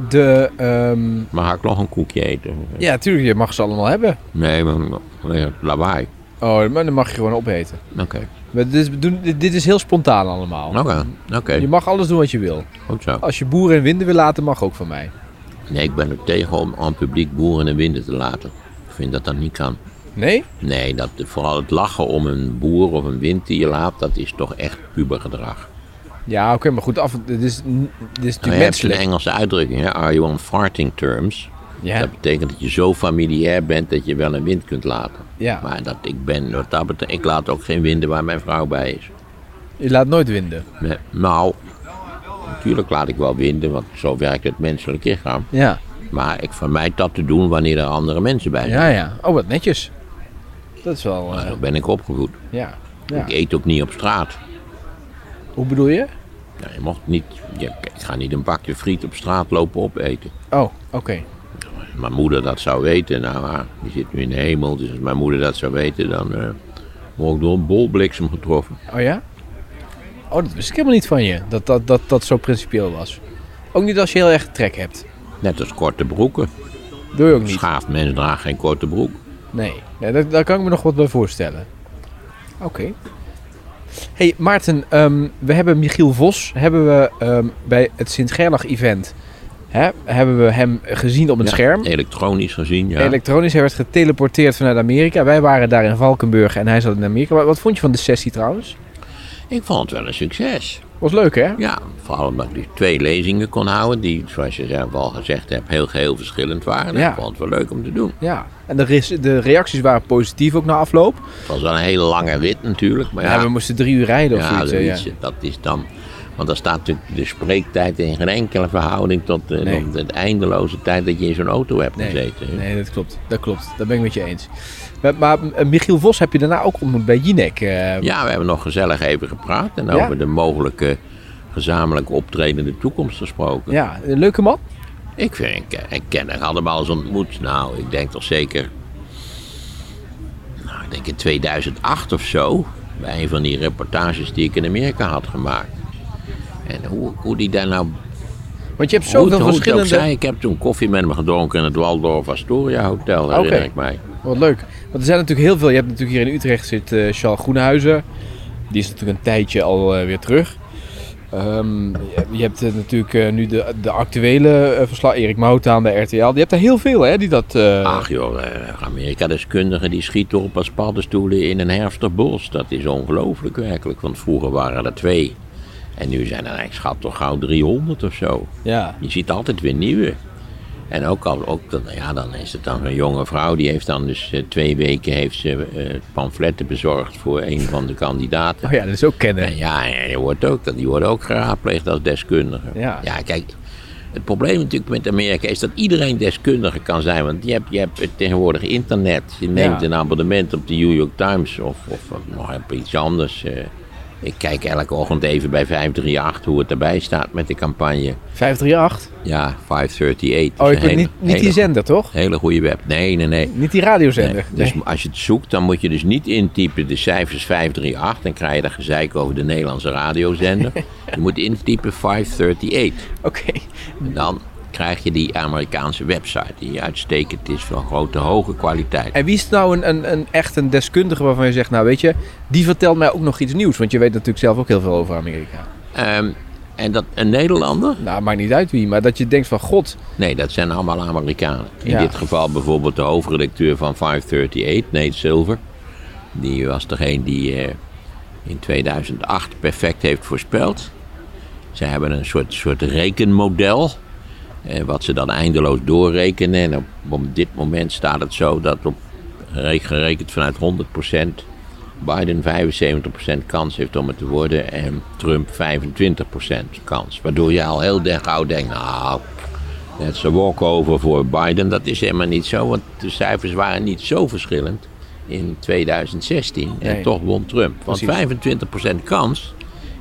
[SPEAKER 2] de... ehm,
[SPEAKER 1] Maar ga ik nog een koekje eten?
[SPEAKER 2] ja, natuurlijk, je mag ze allemaal hebben.
[SPEAKER 1] Nee, maar nee, lawaai.
[SPEAKER 2] Oh, maar dan mag je gewoon opeten.
[SPEAKER 1] Oké,
[SPEAKER 2] Maar dit, is, doen- dit- dit is heel spontaan allemaal.
[SPEAKER 1] oké, oké.
[SPEAKER 2] Je mag alles doen wat je wil.
[SPEAKER 1] goed zo.
[SPEAKER 2] Als je boeren in winden wil laten, mag ook van mij.
[SPEAKER 1] Nee, ik ben er tegen om aan het publiek boeren in de winden te laten. Ik vind dat dat niet kan.
[SPEAKER 2] Nee?
[SPEAKER 1] Nee, dat, vooral het lachen om een boer of een wind die je laat, dat is toch echt pubergedrag.
[SPEAKER 2] Ja, oké, maar goed, af, dit is, n- dit is
[SPEAKER 1] Nou,
[SPEAKER 2] natuurlijk
[SPEAKER 1] je hebt een
[SPEAKER 2] menselijk.
[SPEAKER 1] Engelse uitdrukking, hè? are you on farting terms?
[SPEAKER 2] Ja,
[SPEAKER 1] Dat betekent dat je zo familiair bent dat je wel een wind kunt laten.
[SPEAKER 2] ja,
[SPEAKER 1] Maar dat ik ben, wat dat betekent, ik laat ook geen winden waar mijn vrouw bij is.
[SPEAKER 2] je laat nooit winden.
[SPEAKER 1] Nee, nou, natuurlijk laat ik wel winden, want zo werkt het menselijk lichaam.
[SPEAKER 2] Ja,
[SPEAKER 1] Maar ik vermijd dat te doen wanneer er andere mensen bij zijn.
[SPEAKER 2] ja, ja. Oh, wat netjes. Dat is wel, eh,
[SPEAKER 1] Maar Zo ben ik opgevoed.
[SPEAKER 2] ja. ja.
[SPEAKER 1] Ik eet ook niet op straat.
[SPEAKER 2] Hoe bedoel je?
[SPEAKER 1] Nou, je mocht niet, je, ik ga niet een bakje friet op straat lopen opeten.
[SPEAKER 2] Oh, oké.
[SPEAKER 1] Als mijn moeder dat zou weten, nou, haar, die zit nu in de hemel, dus als mijn moeder dat zou weten, dan eh word ik door een bolbliksem getroffen.
[SPEAKER 2] Oh ja? Oh, dat wist ik helemaal niet van je. Dat dat, dat, dat zo principieel was. Ook niet als je heel erg trek hebt.
[SPEAKER 1] Net als korte broeken.
[SPEAKER 2] Doe je ook niet.
[SPEAKER 1] Schaafd mens draagt geen korte broek.
[SPEAKER 2] Nee, nee daar, daar kan ik me nog wat bij voorstellen. Oké. Hey Maarten, ehm, we hebben Michiel Vos hebben we, ehm, bij het Sint-Gerlach-event hè, hebben we hem gezien op het
[SPEAKER 1] Ja,
[SPEAKER 2] scherm.
[SPEAKER 1] Elektronisch gezien, ja.
[SPEAKER 2] Elektronisch, hij werd geteleporteerd vanuit Amerika. Wij waren daar in Valkenburg en hij zat in Amerika. Wat, wat vond je van de sessie trouwens?
[SPEAKER 1] ik vond het wel een succes.
[SPEAKER 2] Was leuk hè?
[SPEAKER 1] Ja, vooral omdat ik die twee lezingen kon houden, die, zoals je zelf al gezegd hebt, heel geheel verschillend waren.
[SPEAKER 2] Ja.
[SPEAKER 1] Ik vond het wel leuk om te doen.
[SPEAKER 2] Ja. En de, res- de reacties waren positief ook na afloop.
[SPEAKER 1] Het was wel een hele lange rit natuurlijk, maar
[SPEAKER 2] Ja,
[SPEAKER 1] ja,
[SPEAKER 2] we moesten drie uur rijden of
[SPEAKER 1] ja,
[SPEAKER 2] zoiets. hè,
[SPEAKER 1] zoiets, dat is dan... Want daar staat natuurlijk de spreektijd in geen enkele verhouding tot de,
[SPEAKER 2] Nee.
[SPEAKER 1] tot de eindeloze tijd dat je in zo'n auto hebt
[SPEAKER 2] Nee,
[SPEAKER 1] gezeten. hè.
[SPEAKER 2] nee, dat klopt. Dat klopt. Daar ben ik met je eens. Maar, maar eh, Michiel Vos heb je daarna ook ontmoet bij Jinek. eh,
[SPEAKER 1] Ja, we hebben nog gezellig even gepraat en
[SPEAKER 2] Ja.
[SPEAKER 1] over de mogelijke gezamenlijk optredende toekomst gesproken.
[SPEAKER 2] ja, een leuke man.
[SPEAKER 1] Ik vind, ik, ken- ik ken haar, hadden we al eens ontmoet. Nou, ik denk toch zeker, nou, ik denk in 2008 of zo, bij een van die reportages die ik in Amerika had gemaakt. En hoe, hoe die daar nou
[SPEAKER 2] Want je hebt
[SPEAKER 1] Zo
[SPEAKER 2] zoveel verschillende...
[SPEAKER 1] zei, ik heb toen koffie met me gedronken in het Waldorf Astoria Hotel, herinner
[SPEAKER 2] Oké.
[SPEAKER 1] ik mij.
[SPEAKER 2] Wat leuk. Want er zijn natuurlijk heel veel. Je hebt natuurlijk hier in Utrecht zit eh Charles Groenhuizen. Die is natuurlijk een tijdje al eh, weer terug. Ehm, je- je hebt eh, natuurlijk eh, nu de, de actuele eh, verslag. Erik Moutaan bij RTL. Die hebt er heel veel hè, die dat... eh,
[SPEAKER 1] Ach joh, eh, Amerika-deskundigen die schieten op als paddenstoelen in een herfstig bos. Dat is ongelooflijk werkelijk, want vroeger waren er twee. En nu zijn er, ik schat toch gauw 300 of zo.
[SPEAKER 2] Ja.
[SPEAKER 1] Je ziet altijd weer nieuwe. En ook, al, ook dan, ja, dan is het dan een jonge vrouw, die heeft dan dus eh, twee weken heeft ze, eh, pamfletten bezorgd voor een van de kandidaten.
[SPEAKER 2] Oh ja, dat is ook kennen.
[SPEAKER 1] En ja, en je wordt ook, die worden ook geraadpleegd als deskundige.
[SPEAKER 2] Ja.
[SPEAKER 1] kijk, het probleem natuurlijk met Amerika is dat iedereen deskundige kan zijn. Want je hebt, je hebt tegenwoordig internet. Je neemt
[SPEAKER 2] Ja.
[SPEAKER 1] een abonnement op de New York Times of, of nog op iets anders. eh. Ik kijk elke ochtend even bij 538 hoe het erbij staat met de campagne.
[SPEAKER 2] 538.
[SPEAKER 1] Ja, 538.
[SPEAKER 2] Oh,
[SPEAKER 1] is een
[SPEAKER 2] ik weet
[SPEAKER 1] hele-
[SPEAKER 2] niet, niet die
[SPEAKER 1] hele,
[SPEAKER 2] zender toch?
[SPEAKER 1] hele goede web. Nee, nee, nee.
[SPEAKER 2] Niet die radiozender.
[SPEAKER 1] Nee,
[SPEAKER 2] Nee.
[SPEAKER 1] Dus als je het zoekt, dan moet je dus niet intypen de cijfers 538. Dan krijg je daar gezeik over de Nederlandse radiozender. je moet intypen 538.
[SPEAKER 2] Oké.
[SPEAKER 1] En dan krijg je die Amerikaanse website die uitstekend is van grote, hoge kwaliteit.
[SPEAKER 2] En wie is nou een, een, een echt een deskundige waarvan je zegt, nou weet je, die vertelt mij ook nog iets nieuws. Want je weet natuurlijk zelf ook heel veel over Amerika.
[SPEAKER 1] Ehm, en dat een Nederlander?
[SPEAKER 2] Nou, maakt niet uit wie, maar dat je denkt van, god,
[SPEAKER 1] Nee, dat zijn allemaal Amerikanen. In
[SPEAKER 2] Ja.
[SPEAKER 1] dit geval bijvoorbeeld de hoofdredacteur van 538, Nate Silver. Die was degene die eh, in 2008 perfect heeft voorspeld. Zij hebben een soort, soort rekenmodel. eh, wat ze dan eindeloos doorrekenen. En op, op dit moment staat het zo dat op, gere- gerekend vanuit 100%. Biden 75% kans heeft om het te worden en Trump 25% kans. Waardoor je al heel de- gauw denkt, nou, het is een walkover voor Biden. Dat is helemaal niet zo, want de cijfers waren niet zo verschillend in 2016.
[SPEAKER 2] Nee.
[SPEAKER 1] En toch won Trump. Want
[SPEAKER 2] Precies.
[SPEAKER 1] 25% kans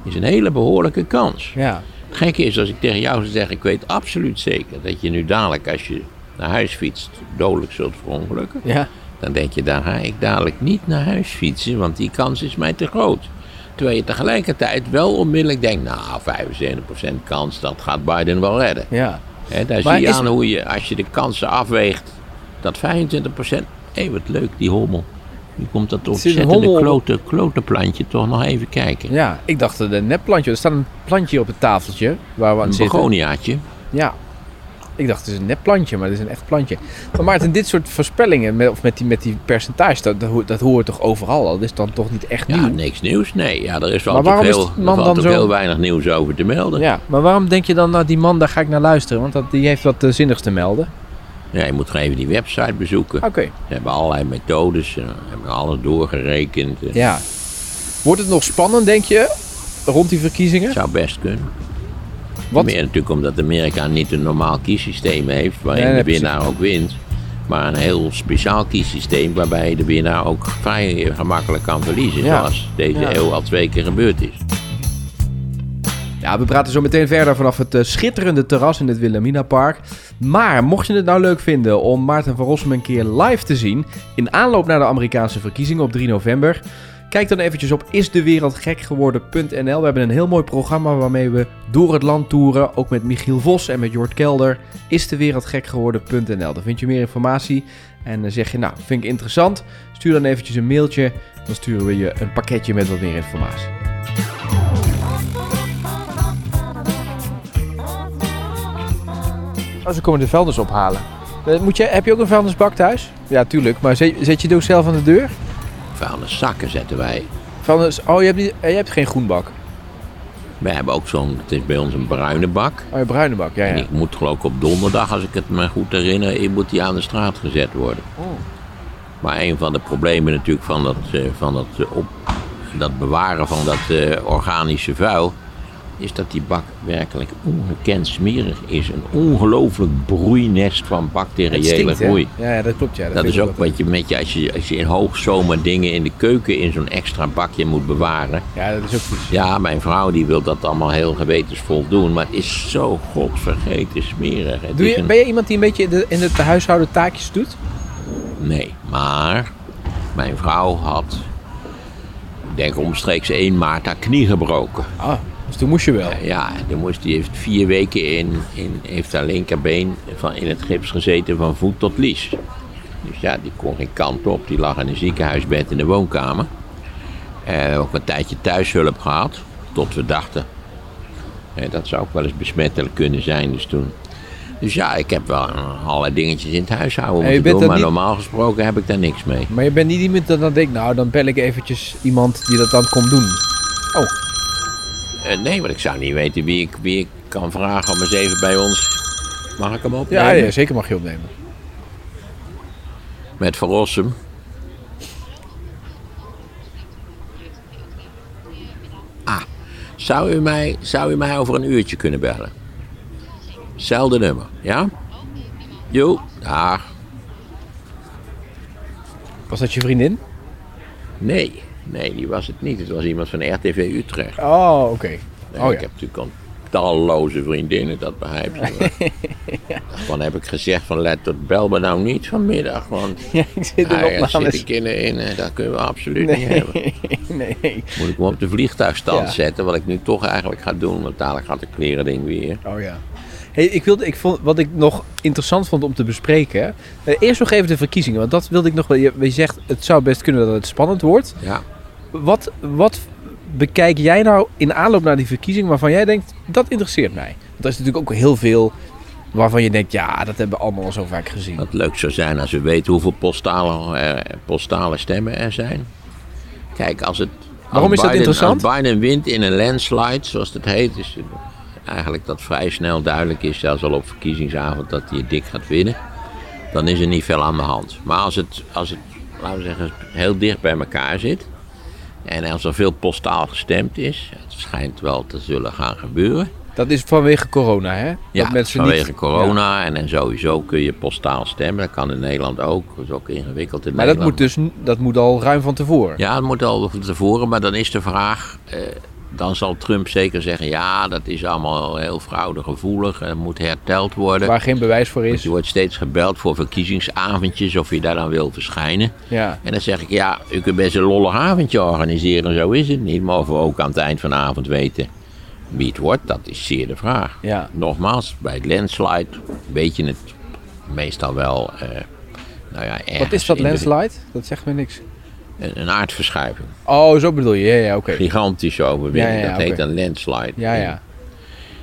[SPEAKER 1] is een hele behoorlijke kans.
[SPEAKER 2] ja,
[SPEAKER 1] Het gekke is als ik tegen jou zou zeggen: ik weet absoluut zeker dat je nu dadelijk, als je naar huis fietst, dodelijk zult verongelukken.
[SPEAKER 2] Ja.
[SPEAKER 1] Dan denk je, daar ga ik dadelijk niet naar huis fietsen, want die kans is mij te groot. Terwijl je tegelijkertijd wel onmiddellijk denkt, nou, 75% kans, dat gaat Biden wel redden.
[SPEAKER 2] Ja.
[SPEAKER 1] Hè, daar
[SPEAKER 2] Maar
[SPEAKER 1] zie je
[SPEAKER 2] is-
[SPEAKER 1] aan hoe je, als je de kansen afweegt, dat 25%, hé, wat leuk, die hommel. Nu komt dat
[SPEAKER 2] zit een
[SPEAKER 1] ontzettende
[SPEAKER 2] hommel op-
[SPEAKER 1] klote, klote plantje toch nog even kijken.
[SPEAKER 2] ja, ik dacht eh, een nepplantje. Er staat een plantje op het tafeltje waar we aan
[SPEAKER 1] Een
[SPEAKER 2] zitten.
[SPEAKER 1] begoniaatje.
[SPEAKER 2] Ja. Ik dacht, het is een net plantje, maar het is een echt plantje. Maar Maarten, dit soort voorspellingen, met, of met die, met die percentage, dat, dat, ho- dat hoort toch overal al? Dat is dan toch niet echt
[SPEAKER 1] Ja,
[SPEAKER 2] nieuw?
[SPEAKER 1] niks nieuws. Nee, ja, er is wel altijd
[SPEAKER 2] Maar waarom is
[SPEAKER 1] heel,
[SPEAKER 2] die
[SPEAKER 1] er
[SPEAKER 2] man
[SPEAKER 1] valt
[SPEAKER 2] dan
[SPEAKER 1] ook
[SPEAKER 2] zo-
[SPEAKER 1] heel weinig nieuws over te melden.
[SPEAKER 2] Ja, maar waarom denk je dan, nou die man, daar ga ik naar luisteren? Want dat, die heeft wat eh, zinnigs te melden.
[SPEAKER 1] Ja, je moet gewoon even die website bezoeken.
[SPEAKER 2] Oké,
[SPEAKER 1] Ze hebben allerlei methodes, eh, hebben alles doorgerekend. Eh, Het
[SPEAKER 2] ja. Wordt het nog spannend, denk je, rond die verkiezingen?
[SPEAKER 1] zou best kunnen.
[SPEAKER 2] Wat?
[SPEAKER 1] Meer natuurlijk omdat Amerika niet een normaal kiesysteem heeft, waarin
[SPEAKER 2] Nee, nee,
[SPEAKER 1] de winnaar ook wint. Maar een heel speciaal kiesysteem waarbij de winnaar ook vrij eh, gemakkelijk kan verliezen.
[SPEAKER 2] Ja.
[SPEAKER 1] Zoals deze
[SPEAKER 2] Ja.
[SPEAKER 1] eeuw al twee keer gebeurd is.
[SPEAKER 3] Ja, we praten zo meteen verder vanaf het eh, schitterende terras in het Wilhelmina Park. Maar mocht je het nou leuk vinden om Maarten van Rossum een keer live te zien in aanloop naar de Amerikaanse verkiezingen op 3 november, kijk dan eventjes op isdewereldgekgeworden.nl. We hebben een heel mooi programma waarmee we door het land toeren, ook met Michiel Vos en met Jort Kelder. Isdewereldgekgeworden.nl. Daar vind je meer informatie. En dan zeg je, nou, vind ik interessant, stuur dan eventjes een mailtje. Dan sturen we je een pakketje met wat meer informatie.
[SPEAKER 2] Oh, ze komen de vuilnis ophalen. Eh, Moet je, heb je ook een vuilnisbak thuis? Ja, tuurlijk. Maar zet, zet je het ook zelf aan de deur?
[SPEAKER 1] Vuilniszakken zetten wij.
[SPEAKER 2] Vuilnis, oh, je hebt, niet, eh, je hebt geen groenbak.
[SPEAKER 1] Wij hebben ook zo'n, het is bij ons een bruine bak.
[SPEAKER 2] Oh, je bruine bak, ja,
[SPEAKER 1] En
[SPEAKER 2] ja.
[SPEAKER 1] ik moet geloof ik op donderdag, als ik het me goed herinner, ik moet die aan de straat gezet worden.
[SPEAKER 2] Oh.
[SPEAKER 1] Maar een van de problemen natuurlijk van dat, eh, van dat, eh, op, dat bewaren van dat eh, organische vuil, is dat die bak werkelijk ongekend smerig is. Een ongelooflijk broeinest van
[SPEAKER 2] Het
[SPEAKER 1] bacteriële
[SPEAKER 2] stinkt, hè?
[SPEAKER 1] groei.
[SPEAKER 2] Ja, ja, dat klopt, ja.
[SPEAKER 1] Dat
[SPEAKER 2] vind
[SPEAKER 1] is
[SPEAKER 2] ik
[SPEAKER 1] ook wat je met je als, je, als je in hoogzomer dingen in de keuken in zo'n extra bakje moet bewaren.
[SPEAKER 2] Ja, dat is ook vies.
[SPEAKER 1] Ja, mijn vrouw die wil dat allemaal heel gewetensvol doen, maar het is zo godvergeten smerig. Het
[SPEAKER 2] Doe
[SPEAKER 1] is
[SPEAKER 2] je,
[SPEAKER 1] een-
[SPEAKER 2] ben je iemand die een beetje in de- in het huishouden taakjes doet?
[SPEAKER 1] Nee, maar mijn vrouw had, ik denk omstreeks 1 maart, haar knie gebroken.
[SPEAKER 2] Ah, dus toen moest je wel.
[SPEAKER 1] Ja, en toen moest, die heeft vier weken in, in, heeft haar linkerbeen van, in het gips gezeten van voet tot lies. Dus ja, die kon geen kant op. Die lag in een ziekenhuisbed in de woonkamer. En ook een tijdje thuishulp gehad, tot we dachten, hè, dat zou ook wel eens besmettelijk kunnen zijn. Dus toen... Dus ja, ik heb wel eh, allerlei dingetjes in het huishouden
[SPEAKER 2] En je
[SPEAKER 1] moeten
[SPEAKER 2] bent
[SPEAKER 1] doen,
[SPEAKER 2] dat
[SPEAKER 1] maar
[SPEAKER 2] niet-
[SPEAKER 1] normaal gesproken heb ik daar niks mee.
[SPEAKER 2] Maar je bent niet iemand dat dan denkt, nou dan bel ik eventjes iemand die dat dan komt doen. Oh,
[SPEAKER 1] Eh, nee, want ik zou niet weten wie ik, wie ik kan vragen om eens even bij ons... Mag ik hem opnemen?
[SPEAKER 2] Ja, ja, zeker mag je opnemen.
[SPEAKER 1] Met Van Rossum. Ah, zou u, mij, zou u mij over een uurtje kunnen bellen? Zelfde nummer, ja? Jo, daar.
[SPEAKER 2] Was dat je vriendin?
[SPEAKER 1] Nee, nee, die was het niet. Het was iemand van RTV Utrecht.
[SPEAKER 2] Oh, oké.
[SPEAKER 1] En
[SPEAKER 2] Oh
[SPEAKER 1] ik
[SPEAKER 2] ja.
[SPEAKER 1] heb natuurlijk al talloze vriendinnen, dat begrijp je wel. Daarvan heb ik gezegd van let tot bel me nou niet vanmiddag, want
[SPEAKER 2] Ah, Ja, ik zit
[SPEAKER 1] daar
[SPEAKER 2] in
[SPEAKER 1] zit
[SPEAKER 2] opnames.
[SPEAKER 1] ik in, in eh, dat kunnen we absoluut niet hebben.
[SPEAKER 2] Nee, nee.
[SPEAKER 1] Moet ik hem op de vliegtuigstand
[SPEAKER 2] Ja.
[SPEAKER 1] zetten, wat ik nu toch eigenlijk ga doen, want dadelijk gaat de kleren ding weer.
[SPEAKER 2] Oh ja. Hey, ik wilde, ik vond, wat ik nog interessant vond om te bespreken. eh, eerst nog even de verkiezingen, want dat wilde ik nog wel. Je, je zegt, het zou best kunnen dat het spannend wordt.
[SPEAKER 1] Ja.
[SPEAKER 2] Wat, wat bekijk jij nou in aanloop naar die verkiezing waarvan jij denkt, dat interesseert mij? Want er is natuurlijk ook heel veel waarvan je denkt, ja, dat hebben we allemaal al zo vaak gezien.
[SPEAKER 1] Wat leuk zou zijn als we weten hoeveel postale, eh, postale stemmen er zijn. Kijk, als het.
[SPEAKER 2] Waarom
[SPEAKER 1] als
[SPEAKER 2] is dat
[SPEAKER 1] Biden-
[SPEAKER 2] interessant?
[SPEAKER 1] Als Biden wint in een landslide, zoals dat heet, is het eigenlijk dat vrij snel duidelijk is, zelfs al op verkiezingsavond, dat hij het dik gaat winnen. Dan is er niet veel aan de hand. Maar als het, als het laten we zeggen, heel dicht bij elkaar zit. En als er veel postaal gestemd is, het schijnt wel te zullen gaan gebeuren.
[SPEAKER 2] Dat is vanwege corona, hè?
[SPEAKER 1] Ja,
[SPEAKER 2] dat mensen
[SPEAKER 1] vanwege
[SPEAKER 2] niet... Ja.
[SPEAKER 1] corona en, en sowieso kun je postaal stemmen. Dat kan in Nederland ook. Dat is ook ingewikkeld in
[SPEAKER 2] Maar dat
[SPEAKER 1] Nederland.
[SPEAKER 2] moet dus dat moet al ruim van tevoren.
[SPEAKER 1] Ja, het moet al van tevoren, maar dan is de vraag... eh, dan zal Trump zeker zeggen: ja, dat is allemaal heel fraudegevoelig en moet herteld worden.
[SPEAKER 2] Waar geen bewijs voor
[SPEAKER 1] Want
[SPEAKER 2] is.
[SPEAKER 1] je wordt steeds gebeld voor verkiezingsavondjes of je daar dan wil verschijnen.
[SPEAKER 2] Ja.
[SPEAKER 1] En dan zeg ik: ja, u kunt best een lollig avondje organiseren, zo is het niet. Maar of we ook aan het eind van de avond weten wie het wordt, dat is zeer de vraag.
[SPEAKER 2] Ja.
[SPEAKER 1] Nogmaals, bij het landslide weet je het meestal wel. eh, nou ja,
[SPEAKER 2] Wat
[SPEAKER 1] ergens
[SPEAKER 2] is dat
[SPEAKER 1] in de-
[SPEAKER 2] landslide? Dat zegt me niks.
[SPEAKER 1] Een, een aardverschuiving.
[SPEAKER 2] Oh, zo bedoel je. Ja, ja, oké.
[SPEAKER 1] Gigantische overwinning.
[SPEAKER 2] Ja, ja, ja,
[SPEAKER 1] dat heet
[SPEAKER 2] oké.
[SPEAKER 1] een landslide.
[SPEAKER 2] Ja, ja.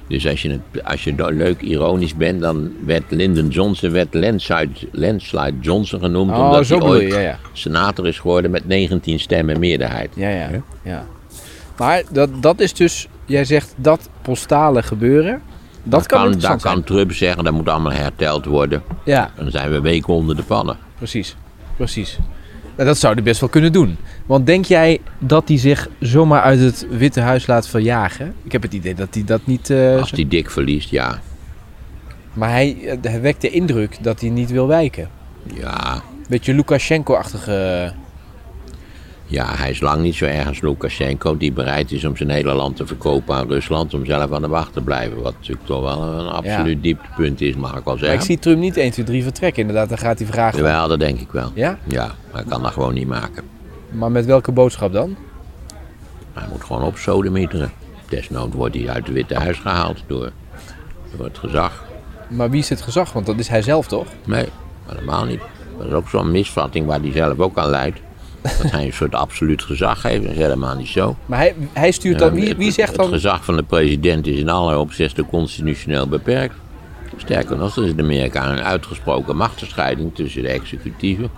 [SPEAKER 1] Dus als je, het, als je do- leuk ironisch bent, dan werd Lyndon Johnson werd landslide, landslide Johnson genoemd.
[SPEAKER 2] Oh,
[SPEAKER 1] omdat
[SPEAKER 2] zo
[SPEAKER 1] hij
[SPEAKER 2] bedoel je.
[SPEAKER 1] ooit
[SPEAKER 2] Ja, ja.
[SPEAKER 1] senator is geworden met 19 stemmen meerderheid.
[SPEAKER 2] Ja, ja. ja. Maar dat, dat is dus... Jij zegt dat postale gebeuren. Dat, kan,
[SPEAKER 1] dan
[SPEAKER 2] interessant
[SPEAKER 1] kan Trump zeggen, dat moet allemaal herteld worden.
[SPEAKER 2] zijn. Ja.
[SPEAKER 1] Dan zijn we weken onder de pannen.
[SPEAKER 2] Precies, precies. Nou, dat zou hij best wel kunnen doen. Want denk jij dat hij zich zomaar uit het Witte Huis laat verjagen? Ik heb het idee dat hij dat niet... eh,
[SPEAKER 1] Als
[SPEAKER 2] zo-
[SPEAKER 1] die dik verliest, ja.
[SPEAKER 2] Maar hij, eh, hij wekt de indruk dat hij niet wil wijken.
[SPEAKER 1] Ja,
[SPEAKER 2] Beetje Lukashenko-achtige...
[SPEAKER 1] ja hij is lang niet zo erg als Lukashenko, die bereid is om zijn hele land te verkopen aan Rusland om zelf aan de macht te blijven. Wat natuurlijk toch wel een absoluut dieptepunt is, mag ik wel
[SPEAKER 2] Maar ik
[SPEAKER 1] zeggen.
[SPEAKER 2] zie Trump niet 1, 2, 3 vertrekken. Inderdaad, dan gaat hij vragen... om-
[SPEAKER 1] Jawel, dat denk ik wel.
[SPEAKER 2] Ja?
[SPEAKER 1] Ja, maar hij kan dat gewoon niet maken.
[SPEAKER 2] Maar met welke boodschap dan?
[SPEAKER 1] Hij moet gewoon op sodemieteren. Desnoods wordt hij uit het Witte Huis gehaald door, door het gezag.
[SPEAKER 2] Maar wie is het gezag? Want dat is hij zelf, toch?
[SPEAKER 1] Nee, helemaal niet. Dat is ook zo'n misvatting waar hij zelf ook aan leidt. Dat hij een soort absoluut gezag heeft. Dat is helemaal niet zo.
[SPEAKER 2] Maar hij, hij stuurt
[SPEAKER 1] Ja,
[SPEAKER 2] dan... Wie,
[SPEAKER 1] het-
[SPEAKER 2] wie zegt
[SPEAKER 1] Het
[SPEAKER 2] dan...
[SPEAKER 1] gezag van de president is in alle opzichten constitutioneel beperkt. Sterker nog, er is in Amerika een uitgesproken machtsscheiding tussen de executieve,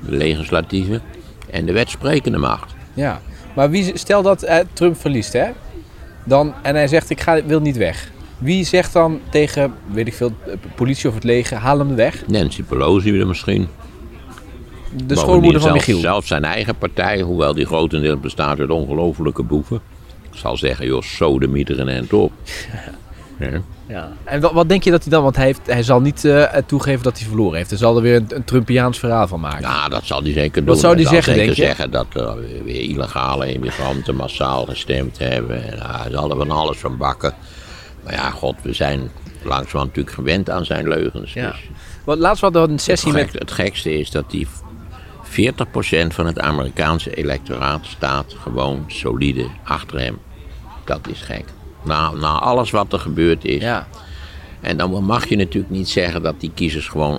[SPEAKER 1] de legislatieve en de wetsprekende macht.
[SPEAKER 2] Ja. Maar wie, stel dat eh, Trump verliest, hè? Dan, en hij zegt, ik ga, wil niet weg. Wie zegt dan tegen, weet ik veel, eh, politie of het leger, haal hem weg?
[SPEAKER 1] Nancy Pelosi weer misschien.
[SPEAKER 2] De schoonmoeder van
[SPEAKER 1] zelf,
[SPEAKER 2] Michiel.
[SPEAKER 1] Zelf zijn eigen partij, hoewel die grotendeels bestaat uit ongelofelijke boeven. Ik zal zeggen, joh, sodemieteren en top. Ja.
[SPEAKER 2] Ja. En wat, wat denk je dat hij dan, want hij, heeft, hij zal niet eh, toegeven dat hij verloren heeft. Hij zal er weer een, een Trumpiaans verhaal van maken.
[SPEAKER 1] Ja, dat zal hij zeker doen.
[SPEAKER 2] Wat zou
[SPEAKER 1] Hij
[SPEAKER 2] die
[SPEAKER 1] zal
[SPEAKER 2] zeggen,
[SPEAKER 1] zeker
[SPEAKER 2] denk je?
[SPEAKER 1] zeggen dat er weer illegale immigranten massaal gestemd hebben. En ah, hij zal er van alles van bakken. Maar ja, god, we zijn langzaam natuurlijk gewend aan zijn leugens.
[SPEAKER 2] Ja.
[SPEAKER 1] Dus
[SPEAKER 2] Want laatst hadden we een
[SPEAKER 1] het,
[SPEAKER 2] sessie met...
[SPEAKER 1] gek- het gekste is dat die 40% van het Amerikaanse electoraat staat gewoon solide achter hem. Dat is gek. Na, na alles wat er gebeurd is.
[SPEAKER 2] Ja.
[SPEAKER 1] En dan mag je natuurlijk niet zeggen dat die kiezers gewoon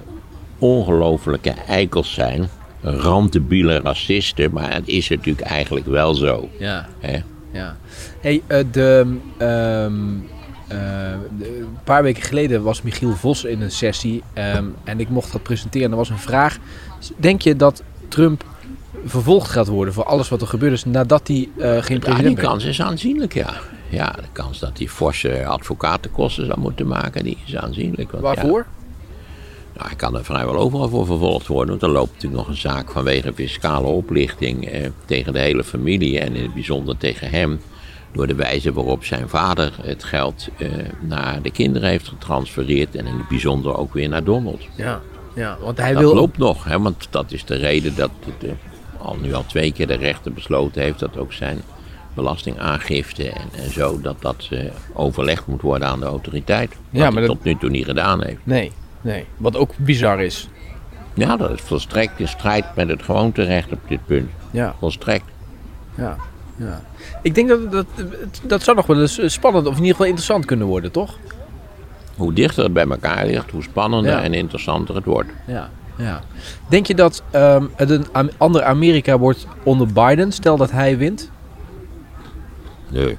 [SPEAKER 1] ongelofelijke eikels zijn. Randebiele racisten, maar het is natuurlijk eigenlijk wel zo.
[SPEAKER 2] Ja.
[SPEAKER 1] Hè?
[SPEAKER 2] Ja. Hey, eh, de, ehm, eh, de- een paar weken geleden was Michiel Vos in een sessie ehm, en ik mocht dat presenteren. Er was een vraag: denk je dat Trump vervolgd gaat worden voor alles wat er gebeurd is nadat hij eh, geen
[SPEAKER 1] Ja, die
[SPEAKER 2] president
[SPEAKER 1] kans is aanzienlijk, ja. Ja, de kans dat hij forse advocatenkosten zou moeten maken, die is aanzienlijk. Want, ja,
[SPEAKER 2] Waarvoor?
[SPEAKER 1] Nou, hij kan er vrijwel overal voor vervolgd worden. Want er loopt natuurlijk nog een zaak vanwege fiscale oplichting eh, tegen de hele familie en in het bijzonder tegen hem. Door de wijze waarop zijn vader het geld eh, naar de kinderen heeft getransfereerd en in het bijzonder ook weer naar Donald.
[SPEAKER 2] Ja, ja want hij
[SPEAKER 1] dat
[SPEAKER 2] wil.
[SPEAKER 1] loopt nog, hè, want dat is de reden dat het, eh, al nu al twee keer de rechter besloten heeft dat ook zijn belastingaangifte en, en zo, dat dat eh, overlegd moet worden aan de autoriteit. Wat
[SPEAKER 2] maar
[SPEAKER 1] hij
[SPEAKER 2] dat-
[SPEAKER 1] tot nu toe niet gedaan heeft.
[SPEAKER 2] Nee, nee. Wat ook bizar is.
[SPEAKER 1] Ja, dat is volstrekt in strijd met het gewoonterecht op dit punt.
[SPEAKER 2] Ja.
[SPEAKER 1] Volstrekt.
[SPEAKER 2] Ja. ja. Ik denk dat, dat dat zou nog wel eens eh, spannend of in ieder geval interessant kunnen worden, toch?
[SPEAKER 1] Hoe dichter het bij elkaar ligt, hoe spannender
[SPEAKER 2] Ja.
[SPEAKER 1] en interessanter het wordt.
[SPEAKER 2] Ja, ja. Denk je dat ehm, het een Am- ander Amerika wordt onder Biden? Stel dat hij wint.
[SPEAKER 1] Nee, ik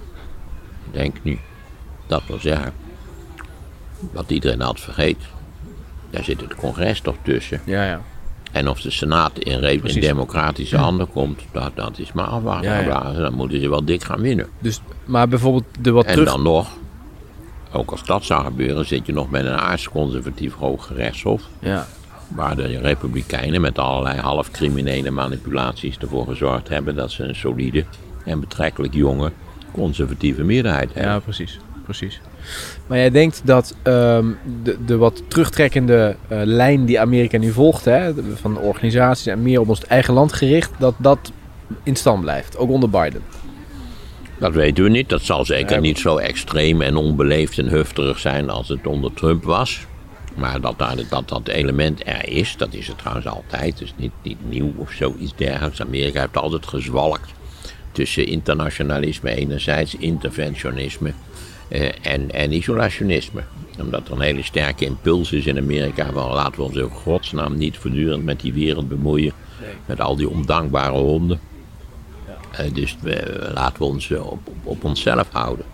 [SPEAKER 1] denk niet. Dat wil zeggen, wat iedereen had vergeet, daar zit het congres toch tussen.
[SPEAKER 2] Ja, ja.
[SPEAKER 1] En of de Senaat in, re- in
[SPEAKER 2] Precies.
[SPEAKER 1] democratische handen komt, dat, dat is maar afwachten.
[SPEAKER 2] Ja, ja.
[SPEAKER 1] afwachten. Dan moeten ze wel dik gaan winnen.
[SPEAKER 2] Dus, maar bijvoorbeeld de wat
[SPEAKER 1] En
[SPEAKER 2] terug...
[SPEAKER 1] dan nog, ook als dat zou gebeuren, zit je nog met een aardsconservatief hoge rechtshof.
[SPEAKER 2] Ja.
[SPEAKER 1] Waar de Republikeinen met allerlei half criminele manipulaties ervoor gezorgd hebben dat ze een solide en betrekkelijk jonge conservatieve meerderheid hebben.
[SPEAKER 2] ja, precies. Precies. Maar jij denkt dat ehm, de, de wat terugtrekkende eh, lijn die Amerika nu volgt, hè, de- van organisaties en meer op ons eigen land gericht, dat dat in stand blijft, ook onder Biden.
[SPEAKER 1] Dat weten we niet. Dat zal zeker
[SPEAKER 3] Nee.
[SPEAKER 1] niet zo extreem en onbeleefd en hufterig zijn als het onder Trump was. Maar dat daar- dat, dat element er is, dat is het trouwens altijd. Dus niet, niet nieuw of zoiets dergelijks. Amerika heeft altijd gezwalkt tussen internationalisme enerzijds, interventionisme eh, en, en isolationisme. Omdat er een hele sterke impuls is in Amerika van laten we ons in godsnaam niet voortdurend met die wereld bemoeien. Met al die ondankbare honden. Eh, dus we, laten we ons eh, op, op, op onszelf houden.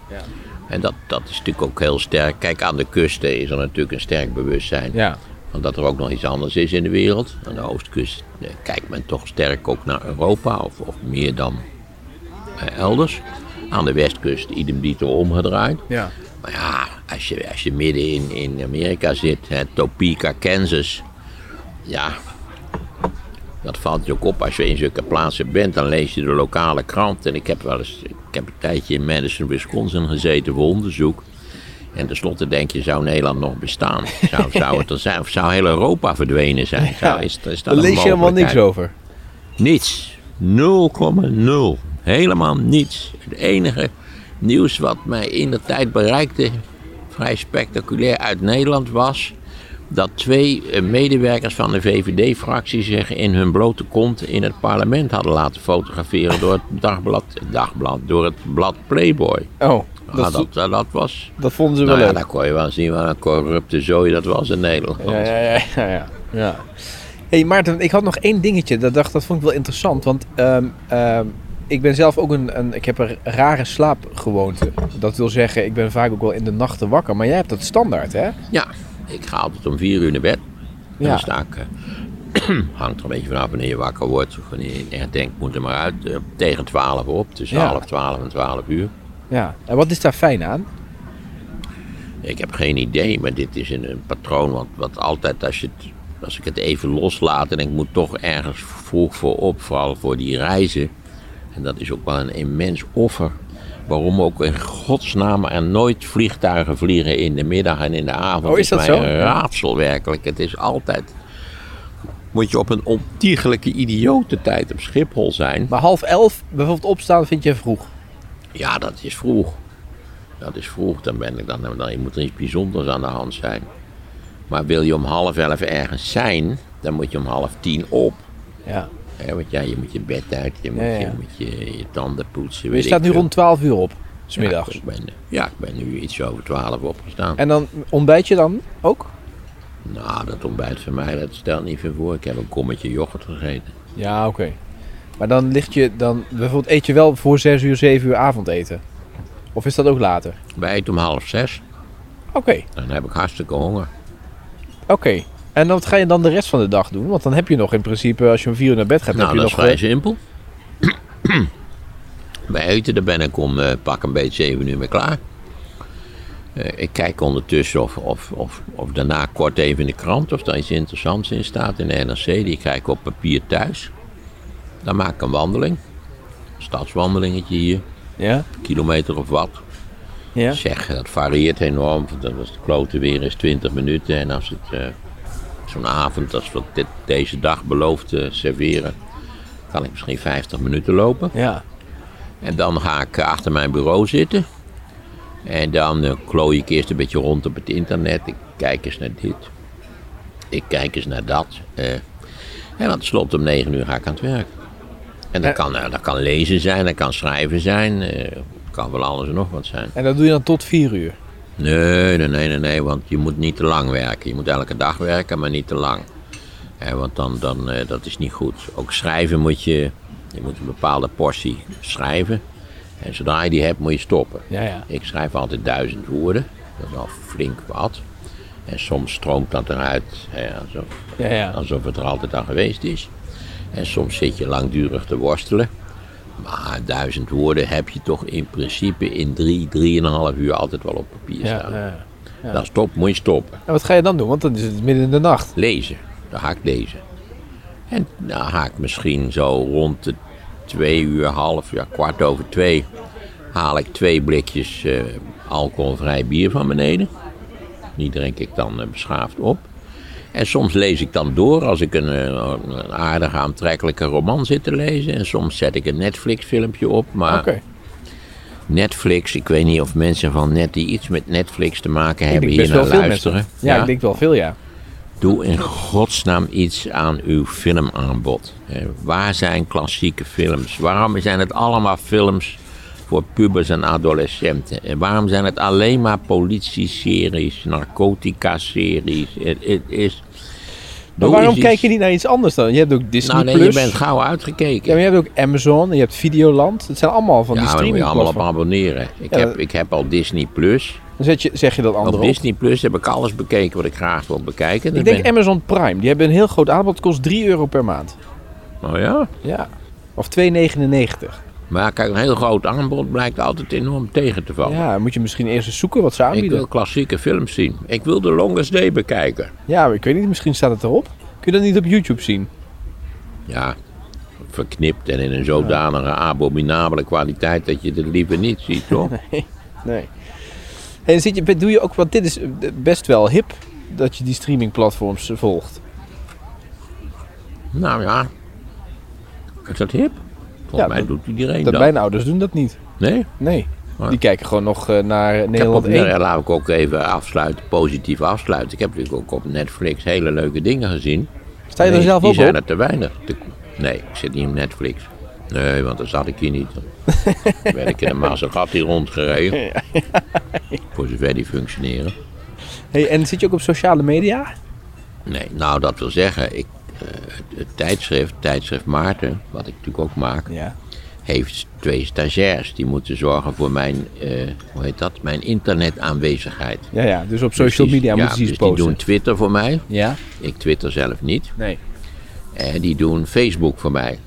[SPEAKER 1] En dat, dat is natuurlijk ook heel sterk. Kijk, aan de kusten is er natuurlijk een sterk bewustzijn.
[SPEAKER 3] Ja.
[SPEAKER 1] Want dat er ook nog iets anders is in de wereld. Aan de oostkust eh, kijkt men toch sterk ook naar Europa of, of meer dan eh, elders. Aan de westkust idem dito omgedraaid.
[SPEAKER 2] Ja.
[SPEAKER 1] Maar ja, als je, als je midden in, in Amerika zit, hè, Topeka, Kansas. Ja, dat valt je ook op als je in zulke plaatsen bent. Dan lees je de lokale krant. En ik heb wel eens, ik heb een tijdje in Madison, Wisconsin gezeten voor onderzoek. En tenslotte denk je, zou Nederland nog bestaan? Zou, zou het er zijn? Of zou heel Europa verdwenen zijn? Zou, is, is dat
[SPEAKER 2] Daar lees je helemaal niks
[SPEAKER 1] over.
[SPEAKER 2] over.
[SPEAKER 1] Niets. 0,0. Helemaal niets. Het enige nieuws wat mij in de tijd bereikte, vrij spectaculair uit Nederland, was dat twee eh, medewerkers van de VVD-fractie zich in hun blote kont in het parlement hadden laten fotograferen door het dagblad, dagblad door het blad Playboy.
[SPEAKER 2] Oh, dat,
[SPEAKER 1] Ah, dat, dat, dat was.
[SPEAKER 2] dat vonden ze wel
[SPEAKER 1] Nou ja,
[SPEAKER 2] leuk.
[SPEAKER 1] daar kon je wel zien wat een corrupte zooi dat was in Nederland.
[SPEAKER 2] Ja, ja, ja, ja, ja. ja. Hé hey Maarten, ik had nog één dingetje. Dat dacht, dat vond ik wel interessant. Want ehm, ehm, ik ben zelf ook een, een... Ik heb een rare slaapgewoonte. Dat wil zeggen, ik ben vaak ook wel in de nachten wakker. Maar jij hebt dat standaard, hè?
[SPEAKER 1] Ja, ik ga altijd om vier uur naar bed. En
[SPEAKER 2] Ja.
[SPEAKER 1] dan sta ik, eh, hangt er een beetje vanaf wanneer je wakker wordt. Of wanneer je echt denkt, moet er maar uit. eh, tegen twaalf op, tussen
[SPEAKER 2] Ja.
[SPEAKER 1] half twaalf en twaalf uur.
[SPEAKER 2] Ja. En wat is daar fijn aan?
[SPEAKER 1] Ik heb geen idee, maar dit is een, een patroon wat, wat altijd als je het... Als ik het even loslaat en ik moet toch ergens vroeg voor op, vooral voor die reizen. En dat is ook wel een immens offer. Waarom ook in godsnaam er nooit vliegtuigen vliegen in de middag en in de avond.
[SPEAKER 2] Oh, is dat
[SPEAKER 1] mij
[SPEAKER 2] zo?
[SPEAKER 1] een raadsel werkelijk. Het is altijd... Moet je op een ontiegelijke idiote tijd op Schiphol zijn.
[SPEAKER 2] Maar half elf bijvoorbeeld opstaan vind je vroeg.
[SPEAKER 1] Ja, dat is vroeg. Dat is vroeg, dan ben ik dan, dan je moet er iets bijzonders aan de hand zijn. Maar wil je om half elf ergens zijn, dan moet je om half tien op.
[SPEAKER 2] Ja.
[SPEAKER 1] Hè? Want ja, je moet je bed uit, je moet,
[SPEAKER 2] Ja, ja.
[SPEAKER 1] Je, moet je, je tanden poetsen.
[SPEAKER 2] Je
[SPEAKER 1] weet
[SPEAKER 2] staat
[SPEAKER 1] ik
[SPEAKER 2] nu
[SPEAKER 1] veel.
[SPEAKER 2] rond 12 uur op,
[SPEAKER 1] Ja,
[SPEAKER 2] smiddags.
[SPEAKER 1] ik, ben, ja, ik ben nu iets over twaalf opgestaan.
[SPEAKER 2] En dan ontbijt je dan ook?
[SPEAKER 1] Nou, dat ontbijt van mij, dat stelt niet veel voor. Ik heb een kommetje yoghurt gegeten.
[SPEAKER 2] Ja, oké. Maar dan ligt je dan... Bijvoorbeeld eet je wel voor 6 uur, 7 uur avondeten? Of is dat ook later?
[SPEAKER 1] Wij eten om half zes,
[SPEAKER 2] Oké.
[SPEAKER 1] dan heb ik hartstikke honger.
[SPEAKER 2] Oké. En dan, wat ga je dan de rest van de dag doen? Want dan heb je nog in principe, als je om vier uur naar bed gaat, heb
[SPEAKER 1] nou,
[SPEAKER 2] je
[SPEAKER 1] dat is
[SPEAKER 2] nog...
[SPEAKER 1] vrij
[SPEAKER 2] eh,
[SPEAKER 1] simpel. Bij eten, daar ben ik om eh, pak een beetje 7 uur mee klaar. Eh, ik kijk ondertussen of, of, of, of daarna kort even in de krant of daar iets interessants in staat in de NRC. Die krijg ik op papier thuis. Dan maak ik een wandeling. Een stadswandelingetje hier,
[SPEAKER 2] Ja?
[SPEAKER 1] een kilometer of wat.
[SPEAKER 2] Ja?
[SPEAKER 1] Zeg, dat varieert enorm. want Dan was het klote weer eens 20 minuten. En als het eh, zo'n avond, als we dit, deze dag beloofd eh, serveren, kan ik misschien 50 minuten lopen.
[SPEAKER 2] Ja.
[SPEAKER 1] En dan ga ik eh, achter mijn bureau zitten. En dan eh, klooi ik eerst een beetje rond op het internet. Ik kijk eens naar dit. Ik kijk eens naar dat. eh. en dan slot om 9 uur ga ik aan het werk. En dat,
[SPEAKER 2] Eh.
[SPEAKER 1] kan, eh, dat kan lezen zijn, dat kan schrijven zijn. eh, het kan wel alles en nog wat zijn.
[SPEAKER 2] En dat doe je dan tot vier uur?
[SPEAKER 1] Nee, nee, nee, nee, nee, want je moet niet te lang werken. Je moet elke dag werken, maar niet te lang. Eh, want dan, dan eh, dat is niet goed. Ook schrijven moet je, je moet een bepaalde portie schrijven. En zodra je die hebt, moet je stoppen.
[SPEAKER 2] Ja, ja.
[SPEAKER 1] Ik schrijf altijd duizend woorden. Dat is al flink wat. En soms stroomt dat eruit eh, alsof,
[SPEAKER 2] Ja, ja.
[SPEAKER 1] alsof het er altijd al geweest is. En soms zit je langdurig te worstelen. Maar duizend woorden heb je toch in principe in drie, drieënhalf uur altijd wel op papier
[SPEAKER 2] ja,
[SPEAKER 1] staan.
[SPEAKER 2] ja.
[SPEAKER 1] Dan stop, moet je stoppen.
[SPEAKER 2] En wat ga je dan doen? Want dan is het midden in de nacht.
[SPEAKER 1] Lezen. Dan ga ik lezen. En dan ga ik misschien zo rond de twee uur, half, ja, kwart over twee... haal ik twee blikjes eh, alcoholvrij bier van beneden. Die drink ik dan eh, beschaafd op. En soms lees ik dan door als ik een, eh, een aardige, aantrekkelijke roman zit te lezen. En soms zet ik een Netflix-filmpje op. Maar
[SPEAKER 2] Oké.
[SPEAKER 1] Netflix, ik weet niet of mensen van net die iets met Netflix te maken hebben
[SPEAKER 2] denk
[SPEAKER 1] hier
[SPEAKER 2] best
[SPEAKER 1] naar
[SPEAKER 2] wel veel
[SPEAKER 1] luisteren.
[SPEAKER 2] Ja, ik denk wel veel, ja.
[SPEAKER 1] Doe in godsnaam iets aan uw filmaanbod. Eh, waar zijn klassieke films? Waarom zijn het allemaal films voor pubers en adolescenten? En waarom zijn het alleen maar politie-series, narcotica-series? Het het is.
[SPEAKER 2] Maar
[SPEAKER 1] Doe
[SPEAKER 2] waarom
[SPEAKER 1] eens
[SPEAKER 2] kijk
[SPEAKER 1] iets-
[SPEAKER 2] je niet naar iets anders dan? Je hebt ook Disney+.
[SPEAKER 1] Nou, nee, je
[SPEAKER 2] Plus.
[SPEAKER 1] bent gauw uitgekeken.
[SPEAKER 2] Ja, maar je hebt ook Amazon, je hebt Videoland. Het zijn allemaal van
[SPEAKER 1] Ja,
[SPEAKER 2] die
[SPEAKER 1] maar dan moet je
[SPEAKER 2] streaming
[SPEAKER 1] allemaal op abonneren. Ik,
[SPEAKER 2] Ja,
[SPEAKER 1] heb,
[SPEAKER 2] dat-
[SPEAKER 1] ik heb al Disney Plus.
[SPEAKER 2] Dan zet je, zeg je dat
[SPEAKER 1] Op
[SPEAKER 2] andere op.
[SPEAKER 1] Disney Plus heb ik alles bekeken wat ik graag wil bekijken. Dan
[SPEAKER 2] Ik denk
[SPEAKER 1] ben-
[SPEAKER 2] Amazon Prime. Die hebben een heel groot aanbod. Het kost 3 euro per maand.
[SPEAKER 1] Oh ja?
[SPEAKER 2] Ja. Of 2,99.
[SPEAKER 1] Maar kijk, een heel groot aanbod blijkt altijd enorm tegen te vallen.
[SPEAKER 2] Ja, dan moet je misschien eerst eens zoeken wat ze
[SPEAKER 1] Oh. ik
[SPEAKER 2] aanbieden.
[SPEAKER 1] wil klassieke films zien. Ik wil The Longest Day bekijken.
[SPEAKER 2] Ja, maar ik weet niet. Misschien staat het erop. Kun je dat niet op YouTube zien?
[SPEAKER 1] Ja, verknipt en in een zodanige abominabele kwaliteit dat je het liever niet ziet, toch?
[SPEAKER 2] Nee. En zit je, doe je ook, want dit is eh, best wel hip dat je die streamingplatforms eh, volgt.
[SPEAKER 1] Nou ja, is dat hip? Volgens
[SPEAKER 2] Ja,
[SPEAKER 1] mij
[SPEAKER 2] dat-
[SPEAKER 1] doet iedereen dat.
[SPEAKER 2] Dat mijn ouders doen dat niet.
[SPEAKER 1] Nee?
[SPEAKER 2] Nee.
[SPEAKER 1] Maar-
[SPEAKER 2] Die kijken gewoon nog eh, naar
[SPEAKER 1] Ik heb
[SPEAKER 2] Nederland
[SPEAKER 1] op,
[SPEAKER 2] 1.
[SPEAKER 1] nee, laat ik ook nou even afsluiten, positief afsluiten. Ik heb natuurlijk ook op Netflix hele leuke dingen gezien.
[SPEAKER 2] Sta je er
[SPEAKER 1] Nee,
[SPEAKER 2] zelf
[SPEAKER 1] die
[SPEAKER 2] ook
[SPEAKER 1] zijn
[SPEAKER 2] op?
[SPEAKER 1] er te weinig. Te- nee, ik zit niet op Netflix. Nee, want dan zat ik hier niet. Dan werd ik in een Maserati rondgereden. Voor zover die functioneren.
[SPEAKER 2] Hey, en zit je ook op sociale media?
[SPEAKER 1] Nee, nou dat wil zeggen, ik, eh, het, het tijdschrift, tijdschrift Maarten, wat ik natuurlijk ook maak,
[SPEAKER 2] Ja.
[SPEAKER 1] heeft twee stagiairs. Die moeten zorgen voor mijn, eh, hoe heet dat, mijn internetaanwezigheid.
[SPEAKER 2] Ja, ja. Dus op social
[SPEAKER 1] Dus die-
[SPEAKER 2] media
[SPEAKER 1] ja,
[SPEAKER 2] moeten ze iets
[SPEAKER 1] dus die
[SPEAKER 2] posten.
[SPEAKER 1] doen Twitter voor mij.
[SPEAKER 2] Ja?
[SPEAKER 1] Ik twitter zelf niet.
[SPEAKER 2] Nee.
[SPEAKER 1] En die doen Facebook voor mij.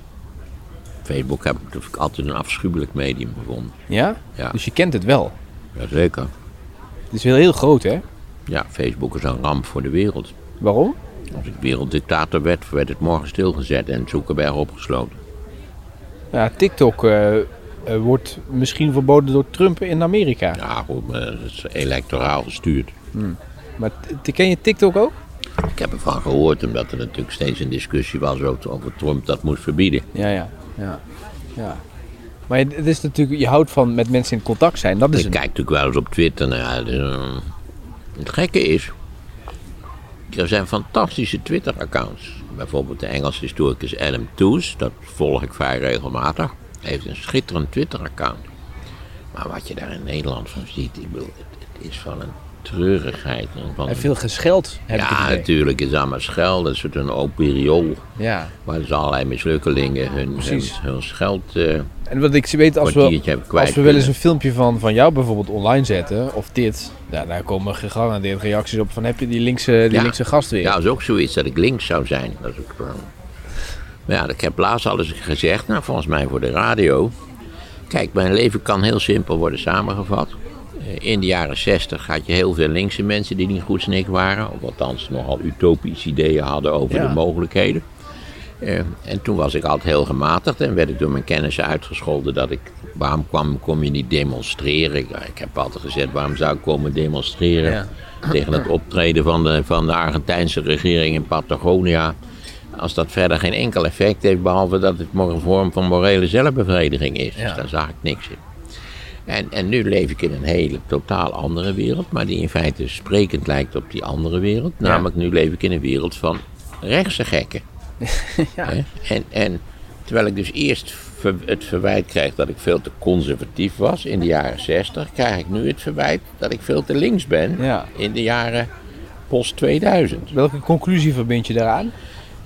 [SPEAKER 1] Facebook heb ik natuurlijk altijd een afschuwelijk medium gevonden.
[SPEAKER 2] Ja?
[SPEAKER 1] Ja.
[SPEAKER 2] Dus je kent het wel.
[SPEAKER 1] Jazeker.
[SPEAKER 2] Het is heel, heel groot, hè?
[SPEAKER 1] Ja, Facebook is een ramp voor de wereld.
[SPEAKER 2] Waarom?
[SPEAKER 1] Als ik werelddictator werd, werd het morgen stilgezet en Zuckerberg opgesloten.
[SPEAKER 2] Ja, TikTok eh, eh, wordt misschien verboden door Trump in Amerika.
[SPEAKER 1] Ja, goed, maar het is electoraal gestuurd.
[SPEAKER 2] Maar t- ken je TikTok ook?
[SPEAKER 1] Ik heb ervan gehoord, omdat er natuurlijk steeds een discussie was over over Trump dat moest verbieden.
[SPEAKER 2] Ja, ja. ja. ja. Maar het is natuurlijk, je houdt van met mensen in contact zijn. Dat is
[SPEAKER 1] ik
[SPEAKER 2] een...
[SPEAKER 1] Dus kijk natuurlijk wel eens op Twitter naar. dus, eh, het gekke is, er zijn fantastische Twitter-accounts. Bijvoorbeeld de Engelse historicus Adam Tooze, dat volg ik vrij regelmatig, heeft een schitterend Twitter-account. Maar wat je daar in Nederland van ziet, ik bedoel, het, het is van een treurigheid. en Van
[SPEAKER 2] En
[SPEAKER 1] een-
[SPEAKER 2] veel gescheld heb ik het
[SPEAKER 1] ja,
[SPEAKER 2] idee.
[SPEAKER 1] natuurlijk, het is allemaal schelden, een soort een operiol,
[SPEAKER 2] Ja.
[SPEAKER 1] waar dus allerlei mislukkelingen hun, hun,
[SPEAKER 2] Precies.
[SPEAKER 1] hun scheld... eh,
[SPEAKER 2] En wat ik weet, als we,
[SPEAKER 1] Kwartiertje hebben kwijt
[SPEAKER 2] als we wel eens
[SPEAKER 1] kunnen.
[SPEAKER 2] een filmpje van, van jou bijvoorbeeld online zetten, of dit, ja, daar komen gegarandeerd reacties op van heb je die linkse, die
[SPEAKER 1] Ja.
[SPEAKER 2] linkse gast weer.
[SPEAKER 1] Ja, dat is ook zoiets dat ik links zou zijn. Dat is ook, eh, maar ja, ik heb laatst al eens gezegd, nou, volgens mij voor de radio. Kijk, mijn leven kan heel simpel worden samengevat. Eh, In de jaren 60 had je heel veel linkse mensen die niet goed snik waren. Of althans nogal utopische ideeën hadden over
[SPEAKER 2] Ja.
[SPEAKER 1] de mogelijkheden. Eh, en toen was ik altijd heel gematigd en werd ik door mijn kennissen uitgescholden dat ik, waarom kwam, kom je niet demonstreren? Ik, ik heb altijd gezegd, waarom zou ik komen demonstreren tegen het optreden van de, van de Argentijnse regering in Patagonia? Als dat verder geen enkel effect heeft, behalve dat het maar een vorm van morele zelfbevrediging is.
[SPEAKER 2] Ja.
[SPEAKER 1] Dus daar zag ik niks in. En, en nu leef ik in een hele totaal andere wereld, maar die in feite sprekend lijkt op die andere wereld. Namelijk, nu leef ik in een wereld van rechtse gekken. Hè? En, en terwijl ik dus eerst ver- het verwijt kreeg dat ik veel te conservatief was in de jaren 60, krijg ik nu het verwijt dat ik veel te links ben
[SPEAKER 2] Ja.
[SPEAKER 1] in de jaren post 2000.
[SPEAKER 2] Welke conclusie verbind je daaraan?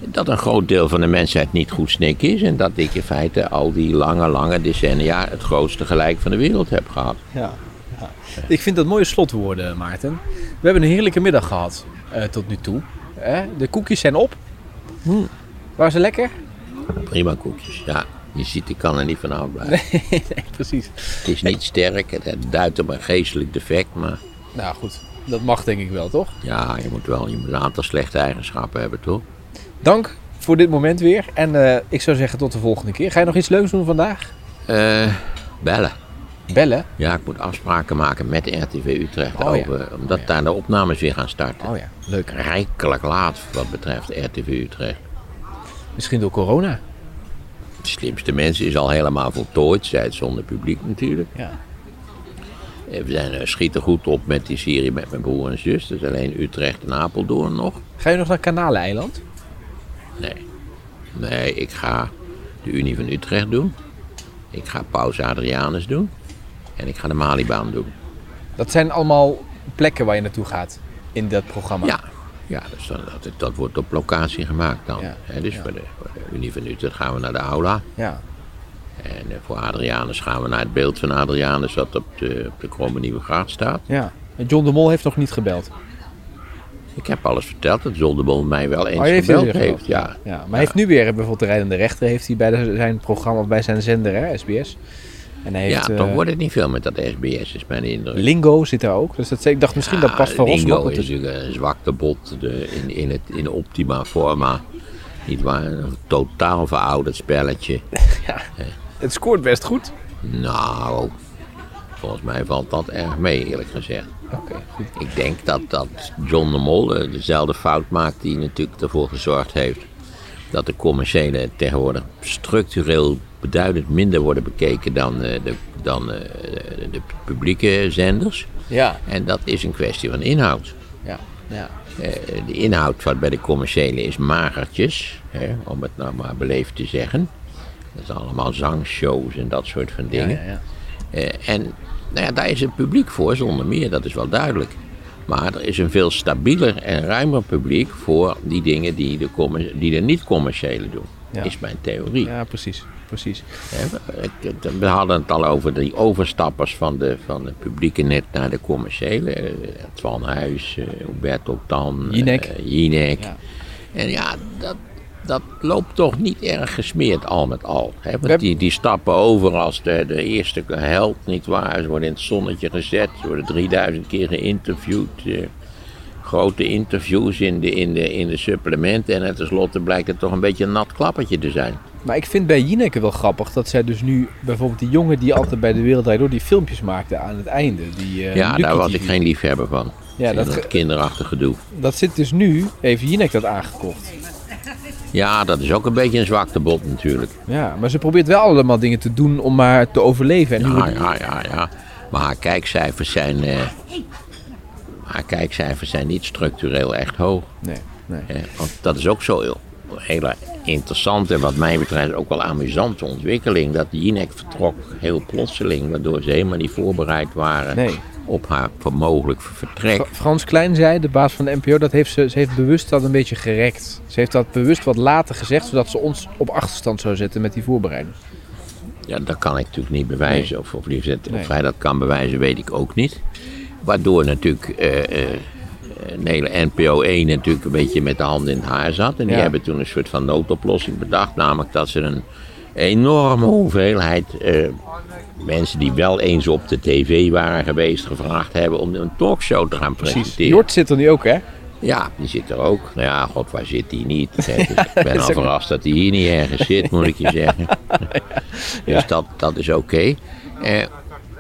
[SPEAKER 1] Dat een groot deel van de mensheid niet goed snik is en dat ik in feite al die lange, lange decennia het grootste gelijk van de wereld heb gehad.
[SPEAKER 2] Ja. ja. Ik vind dat mooie slotwoorden, Maarten. We hebben een heerlijke middag gehad eh, tot nu toe. Eh, de koekjes zijn op. Hm. Waren ze lekker?
[SPEAKER 1] Prima koekjes, ja. Je ziet, ik kan er niet van afblijven.
[SPEAKER 2] Nee, precies.
[SPEAKER 1] Het is niet sterk, het- het duidt op een geestelijk defect, maar
[SPEAKER 2] Nou goed, dat mag denk ik wel, toch?
[SPEAKER 1] ja, je moet wel je moet een aantal slechte eigenschappen hebben, toch?
[SPEAKER 2] Dank voor dit moment weer. En eh, ik zou zeggen tot de volgende keer. Ga je nog iets leuks doen vandaag?
[SPEAKER 1] Eh, bellen.
[SPEAKER 2] Bellen?
[SPEAKER 1] Ja, ik moet afspraken maken met RTV Utrecht
[SPEAKER 2] Oh ja.
[SPEAKER 1] over, omdat daar de opnames weer gaan starten.
[SPEAKER 2] Oh ja, leuk.
[SPEAKER 1] Rijkelijk laat wat betreft RTV Utrecht.
[SPEAKER 2] Misschien door corona.
[SPEAKER 1] De slimste mensen is al helemaal voltooid, zij het zonder publiek natuurlijk.
[SPEAKER 2] Ja.
[SPEAKER 1] Eh, We zijn, eh, schieten goed op met die serie met mijn broer en zus. Dus alleen Utrecht en Apeldoorn nog.
[SPEAKER 2] Ga je nog naar Kanaleiland?
[SPEAKER 1] Nee. Nee, ik ga de Unie van Utrecht doen. Ik ga Paus Adrianus doen. En ik ga de Malibaan doen.
[SPEAKER 2] Dat zijn allemaal plekken waar je naartoe gaat in dat programma.
[SPEAKER 1] Ja, ja dus dan, dat, dat wordt op locatie gemaakt dan.
[SPEAKER 2] Ja,
[SPEAKER 1] Hè, dus
[SPEAKER 2] ja.
[SPEAKER 1] voor, de, voor de Unie van Utrecht gaan we naar de aula.
[SPEAKER 2] Ja.
[SPEAKER 1] En eh, voor Adrianus gaan we naar het beeld van Adrianus dat op de, op de Kromme Nieuwe Gracht staat.
[SPEAKER 2] ja. En John de Mol heeft nog niet gebeld.
[SPEAKER 1] Ik heb alles verteld dat Zolderboom mij wel eens
[SPEAKER 2] Oh, je heeft
[SPEAKER 1] gebeld
[SPEAKER 2] jullie
[SPEAKER 1] heeft.
[SPEAKER 2] gebeld?
[SPEAKER 1] Ja.
[SPEAKER 2] Ja, maar hij heeft nu weer bijvoorbeeld de rijdende rechter heeft hij bij de- zijn programma of bij zijn zender, hè, SBS. En hij heeft
[SPEAKER 1] ja, toch
[SPEAKER 2] eh,
[SPEAKER 1] wordt het niet veel met dat SBS, is mijn indruk.
[SPEAKER 2] Lingo zit daar ook. Dus dat, ik dacht misschien dat
[SPEAKER 1] Ja,
[SPEAKER 2] past voor ons
[SPEAKER 1] Lingo
[SPEAKER 2] nog.
[SPEAKER 1] is natuurlijk een zwakte bot de, in, in, het, in optima forma. Niet waar? Een totaal verouderd spelletje.
[SPEAKER 2] Het scoort best goed.
[SPEAKER 1] Nou, volgens mij valt dat erg mee, eerlijk gezegd.
[SPEAKER 2] Oké, goed.
[SPEAKER 1] Ik denk dat, dat John de Mol eh, dezelfde fout maakt die natuurlijk ervoor gezorgd heeft dat de commerciële tegenwoordig structureel beduidend minder worden bekeken dan, eh, de, dan eh, de publieke zenders.
[SPEAKER 2] Ja,
[SPEAKER 1] En dat is een kwestie van inhoud.
[SPEAKER 2] ja, ja.
[SPEAKER 1] Eh, de inhoud wat bij de commerciële is magertjes, hè, om het nou maar beleefd te zeggen. Dat is allemaal zangshows en dat soort van dingen.
[SPEAKER 2] ja, ja.
[SPEAKER 1] Eh, en nou ja, daar is het publiek voor, zonder meer, dat is wel duidelijk. Maar er is een veel stabieler en ruimer publiek voor die dingen die de, commer- die de niet-commerciële doen.
[SPEAKER 2] Ja.
[SPEAKER 1] Is mijn theorie.
[SPEAKER 2] Ja, precies. precies.
[SPEAKER 1] Hè, het- het- We hadden het al over die overstappers van de, van de publieke net naar de commerciële. Eh, Twan Huis, eh, Humberto Tan, eh,
[SPEAKER 2] Jinek.
[SPEAKER 1] Jinek.
[SPEAKER 2] Ja.
[SPEAKER 1] En ja, dat, dat loopt toch niet erg gesmeerd al met al. Hè? Want
[SPEAKER 2] hebben-
[SPEAKER 1] die, die stappen over als de, de eerste held, nietwaar. Ze worden in het zonnetje gezet, ze worden 3000 keer geïnterviewd. eh, grote interviews in de, in, de, in de supplementen. En tenslotte blijkt het toch een beetje een nat klappertje te zijn.
[SPEAKER 2] Maar ik vind bij Jineke wel grappig dat zij dus nu bijvoorbeeld die jongen die altijd bij de Wereld Draait Door die filmpjes maakte aan het einde. Die, eh,
[SPEAKER 1] Ja,
[SPEAKER 2] Lucky
[SPEAKER 1] daar was
[SPEAKER 2] TV.
[SPEAKER 1] ik geen liefhebber van.
[SPEAKER 2] Ja,
[SPEAKER 1] Ja, dat,
[SPEAKER 2] dat ge-
[SPEAKER 1] kinderachtige gedoe.
[SPEAKER 2] Dat zit dus nu, heeft Jinek dat aangekocht.
[SPEAKER 1] Ja, dat is ook een beetje een zwaktebod natuurlijk.
[SPEAKER 2] Ja, maar ze probeert wel allemaal dingen te doen om maar te overleven. En nu
[SPEAKER 1] Ja, ja, ja, ja. Maar haar kijkcijfers zijn... eh, haar kijkcijfers zijn niet structureel echt hoog.
[SPEAKER 2] Nee, nee.
[SPEAKER 1] hè. Want dat is ook zo heel interessant en wat mij betreft ook wel amusante ontwikkeling. Dat Jinek vertrok heel plotseling, waardoor ze helemaal niet voorbereid waren
[SPEAKER 2] Nee.
[SPEAKER 1] op haar mogelijk vertrek.
[SPEAKER 2] Fra- Frans Klein zei, de baas van de NPO, dat heeft ze, ze heeft bewust dat een beetje gerekt. Ze heeft dat bewust wat later gezegd, zodat ze ons op achterstand zou zetten met die voorbereiding.
[SPEAKER 1] Ja, dat kan ik natuurlijk niet bewijzen. Of, of, liefst, of
[SPEAKER 2] Nee.
[SPEAKER 1] hij dat kan bewijzen, weet ik ook niet. Waardoor natuurlijk eh eh, een hele NPO 1 natuurlijk een beetje met de handen in het haar zat. En die
[SPEAKER 2] Ja.
[SPEAKER 1] hebben toen een soort van noodoplossing bedacht. Namelijk dat ze een enorme hoeveelheid eh, mensen die wel eens op de tv waren geweest... gevraagd hebben om een talkshow te gaan presenteren.
[SPEAKER 2] Jort zit er nu ook, hè?
[SPEAKER 1] Ja, die zit er ook. Nou ja, god, waar zit die niet? Hè, dus ik ben
[SPEAKER 2] is
[SPEAKER 1] al
[SPEAKER 2] ook-
[SPEAKER 1] verrast dat hij hier niet ergens zit, moet ik je zeggen. Dus dat, dat is oké. Eh,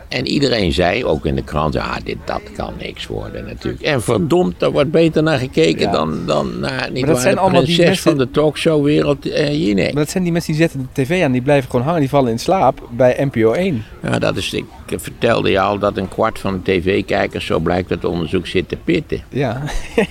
[SPEAKER 1] en iedereen zei, ook in de krant, ah, dit, dat kan niks worden natuurlijk. En verdomd, daar wordt beter naar gekeken
[SPEAKER 2] Ja.
[SPEAKER 1] dan, dan naar niet
[SPEAKER 2] dat
[SPEAKER 1] waar,
[SPEAKER 2] zijn
[SPEAKER 1] de
[SPEAKER 2] allemaal die
[SPEAKER 1] prinses
[SPEAKER 2] mensen-
[SPEAKER 1] van de talkshowwereld eh Jinek.
[SPEAKER 2] Maar dat zijn die mensen die zetten de tv aan, die blijven gewoon hangen, die vallen in slaap bij NPO 1.
[SPEAKER 1] Ja, dat is, ik vertelde je al dat een kwart van de tv-kijkers, zo blijkt uit onderzoek, zit te pitten.
[SPEAKER 2] Ja,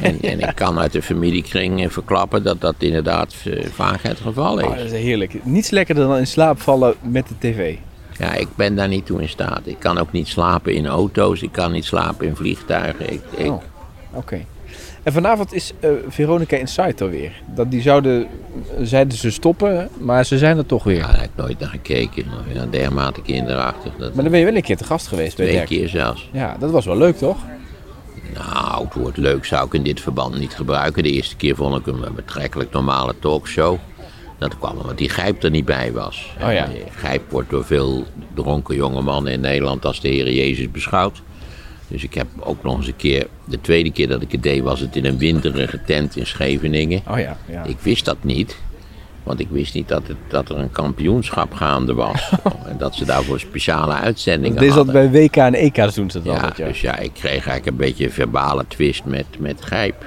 [SPEAKER 1] En, en ik kan uit de familiekring eh, verklappen dat dat inderdaad eh, vaak het geval is.
[SPEAKER 2] Oh, dat is heerlijk. Niets lekkerder dan in slaap vallen met de tv.
[SPEAKER 1] Ja, ik ben daar niet toe in staat. Ik kan ook niet slapen in auto's, ik kan niet slapen in vliegtuigen. Ik, ik,
[SPEAKER 2] Oh, oké. En vanavond is eh, Veronica Insight alweer. Dat, die zouden, zeiden ze stoppen, maar ze zijn er toch weer.
[SPEAKER 1] ja, daar heb ik nooit naar gekeken. Ik ben dermate kinderachtig. Dat
[SPEAKER 2] Maar dan ben je wel een keer te gast geweest bij
[SPEAKER 1] twee
[SPEAKER 2] Dirk.
[SPEAKER 1] keer zelfs.
[SPEAKER 2] Ja, dat was wel leuk, toch?
[SPEAKER 1] Nou, het woord leuk zou ik in dit verband niet gebruiken. De eerste keer vond ik hem een betrekkelijk normale talkshow. Dat kwam omdat die Gijp er niet bij was.
[SPEAKER 2] Oh ja.
[SPEAKER 1] Gijp wordt door veel dronken jonge mannen in Nederland als de Heer Jezus beschouwd. Dus ik heb ook nog eens een keer, de tweede keer dat ik het deed, was het in een winderige tent in Scheveningen.
[SPEAKER 2] Oh ja, ja.
[SPEAKER 1] Ik wist dat niet. Want ik wist niet dat, het, dat er een kampioenschap gaande was. en dat ze daarvoor speciale uitzendingen
[SPEAKER 2] Deze dat
[SPEAKER 1] hadden.
[SPEAKER 2] bij WK en EK's doen ze dat
[SPEAKER 1] ja,
[SPEAKER 2] altijd, ja.
[SPEAKER 1] Dus ja, ik kreeg eigenlijk een beetje een verbale twist met, met Gijp.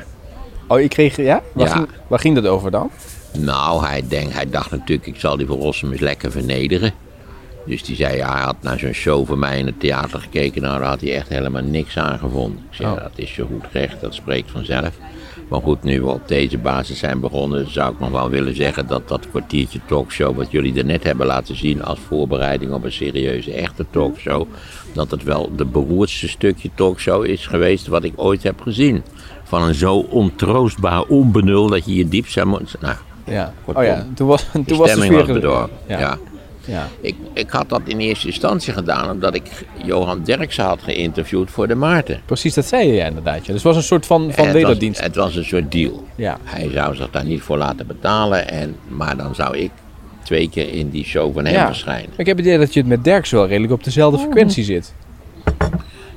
[SPEAKER 2] Oh, ik kreeg... Ja? Waar,
[SPEAKER 1] Ja.
[SPEAKER 2] Ging, waar ging dat over dan?
[SPEAKER 1] Nou, hij, denk, hij dacht natuurlijk, ik zal die voor Rossum eens lekker vernederen. Dus die zei, ja, hij had naar zo'n show van mij in het theater gekeken. Nou, daar had hij echt helemaal niks aan gevonden. Ik zei,
[SPEAKER 3] Oh.
[SPEAKER 1] dat is zo goed recht, dat spreekt vanzelf. Maar goed, nu we op deze basis zijn begonnen, zou ik nog wel willen zeggen dat dat kwartiertje talkshow wat jullie daarnet hebben laten zien als voorbereiding op een serieuze, echte talkshow, dat het wel de beroerdste stukje talkshow is geweest wat ik ooit heb gezien. Van een zo ontroostbaar onbenul dat je je diep zou moeten... Nou,
[SPEAKER 2] Ja.
[SPEAKER 1] Kortom,
[SPEAKER 2] oh ja, toen was, toen
[SPEAKER 1] de
[SPEAKER 2] was de
[SPEAKER 1] stemming
[SPEAKER 2] sfeer...
[SPEAKER 1] was bedorven.
[SPEAKER 2] Ja.
[SPEAKER 1] ja.
[SPEAKER 2] Ja.
[SPEAKER 1] Ik, ik had dat in eerste instantie gedaan omdat ik Johan Derksen had geïnterviewd voor de Maarten.
[SPEAKER 2] Precies, dat zei je ja, inderdaad. Ja. Dus het was een soort van,
[SPEAKER 1] En
[SPEAKER 2] van
[SPEAKER 1] het, was,
[SPEAKER 2] wederdienst.
[SPEAKER 1] het was een soort deal.
[SPEAKER 2] Ja.
[SPEAKER 1] Hij zou zich daar niet voor laten betalen, en, maar dan zou ik twee keer in die show van hem
[SPEAKER 2] Ja.
[SPEAKER 1] verschijnen.
[SPEAKER 2] Ik heb het idee dat je het met Dirk wel redelijk op dezelfde frequentie zit.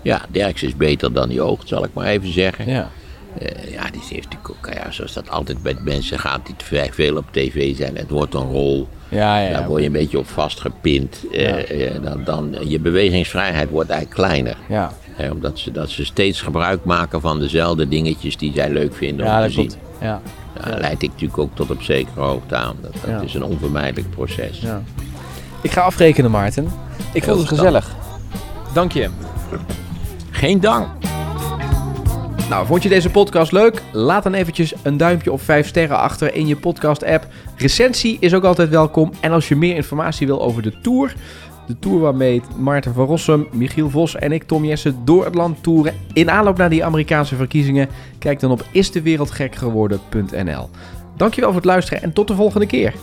[SPEAKER 1] Ja, Derksen is beter dan die oogt, zal ik maar even zeggen.
[SPEAKER 2] Ja.
[SPEAKER 1] Eh, ja, die heeft natuurlijk ook, ja, zoals dat altijd bij mensen gaat, die te veel op tv zijn. Het wordt een rol.
[SPEAKER 2] Ja, ja.
[SPEAKER 1] Daar word je een beetje op vastgepind. Eh, eh, dan, dan, je bewegingsvrijheid wordt eigenlijk kleiner.
[SPEAKER 2] Ja,
[SPEAKER 1] Hè, omdat ze, dat ze steeds gebruik maken van dezelfde dingetjes die zij leuk vinden
[SPEAKER 2] ja
[SPEAKER 1] om te
[SPEAKER 2] dat
[SPEAKER 1] zien.
[SPEAKER 2] klopt. Ja.
[SPEAKER 1] Ja, dat leid ik natuurlijk ook tot op zekere hoogte aan. Dat, dat
[SPEAKER 2] Ja.
[SPEAKER 1] is een onvermijdelijk proces.
[SPEAKER 2] Ja. Ik ga afrekenen, Maarten. Ik vond het
[SPEAKER 1] verstandig.
[SPEAKER 2] gezellig.
[SPEAKER 3] Dank je.
[SPEAKER 1] Geen dank.
[SPEAKER 3] Nou, vond je deze podcast leuk? Laat dan eventjes een duimpje of vijf sterren achter in je podcast-app. Recensie is ook altijd welkom. En als je meer informatie wil over de tour... De tour waarmee Maarten van Rossum, Michiel Vos en ik, Tom Jessen, door het land toeren... in aanloop naar die Amerikaanse verkiezingen... kijk dan op isdewereldgekgeworden.nl. Dankjewel voor het luisteren en tot de volgende keer.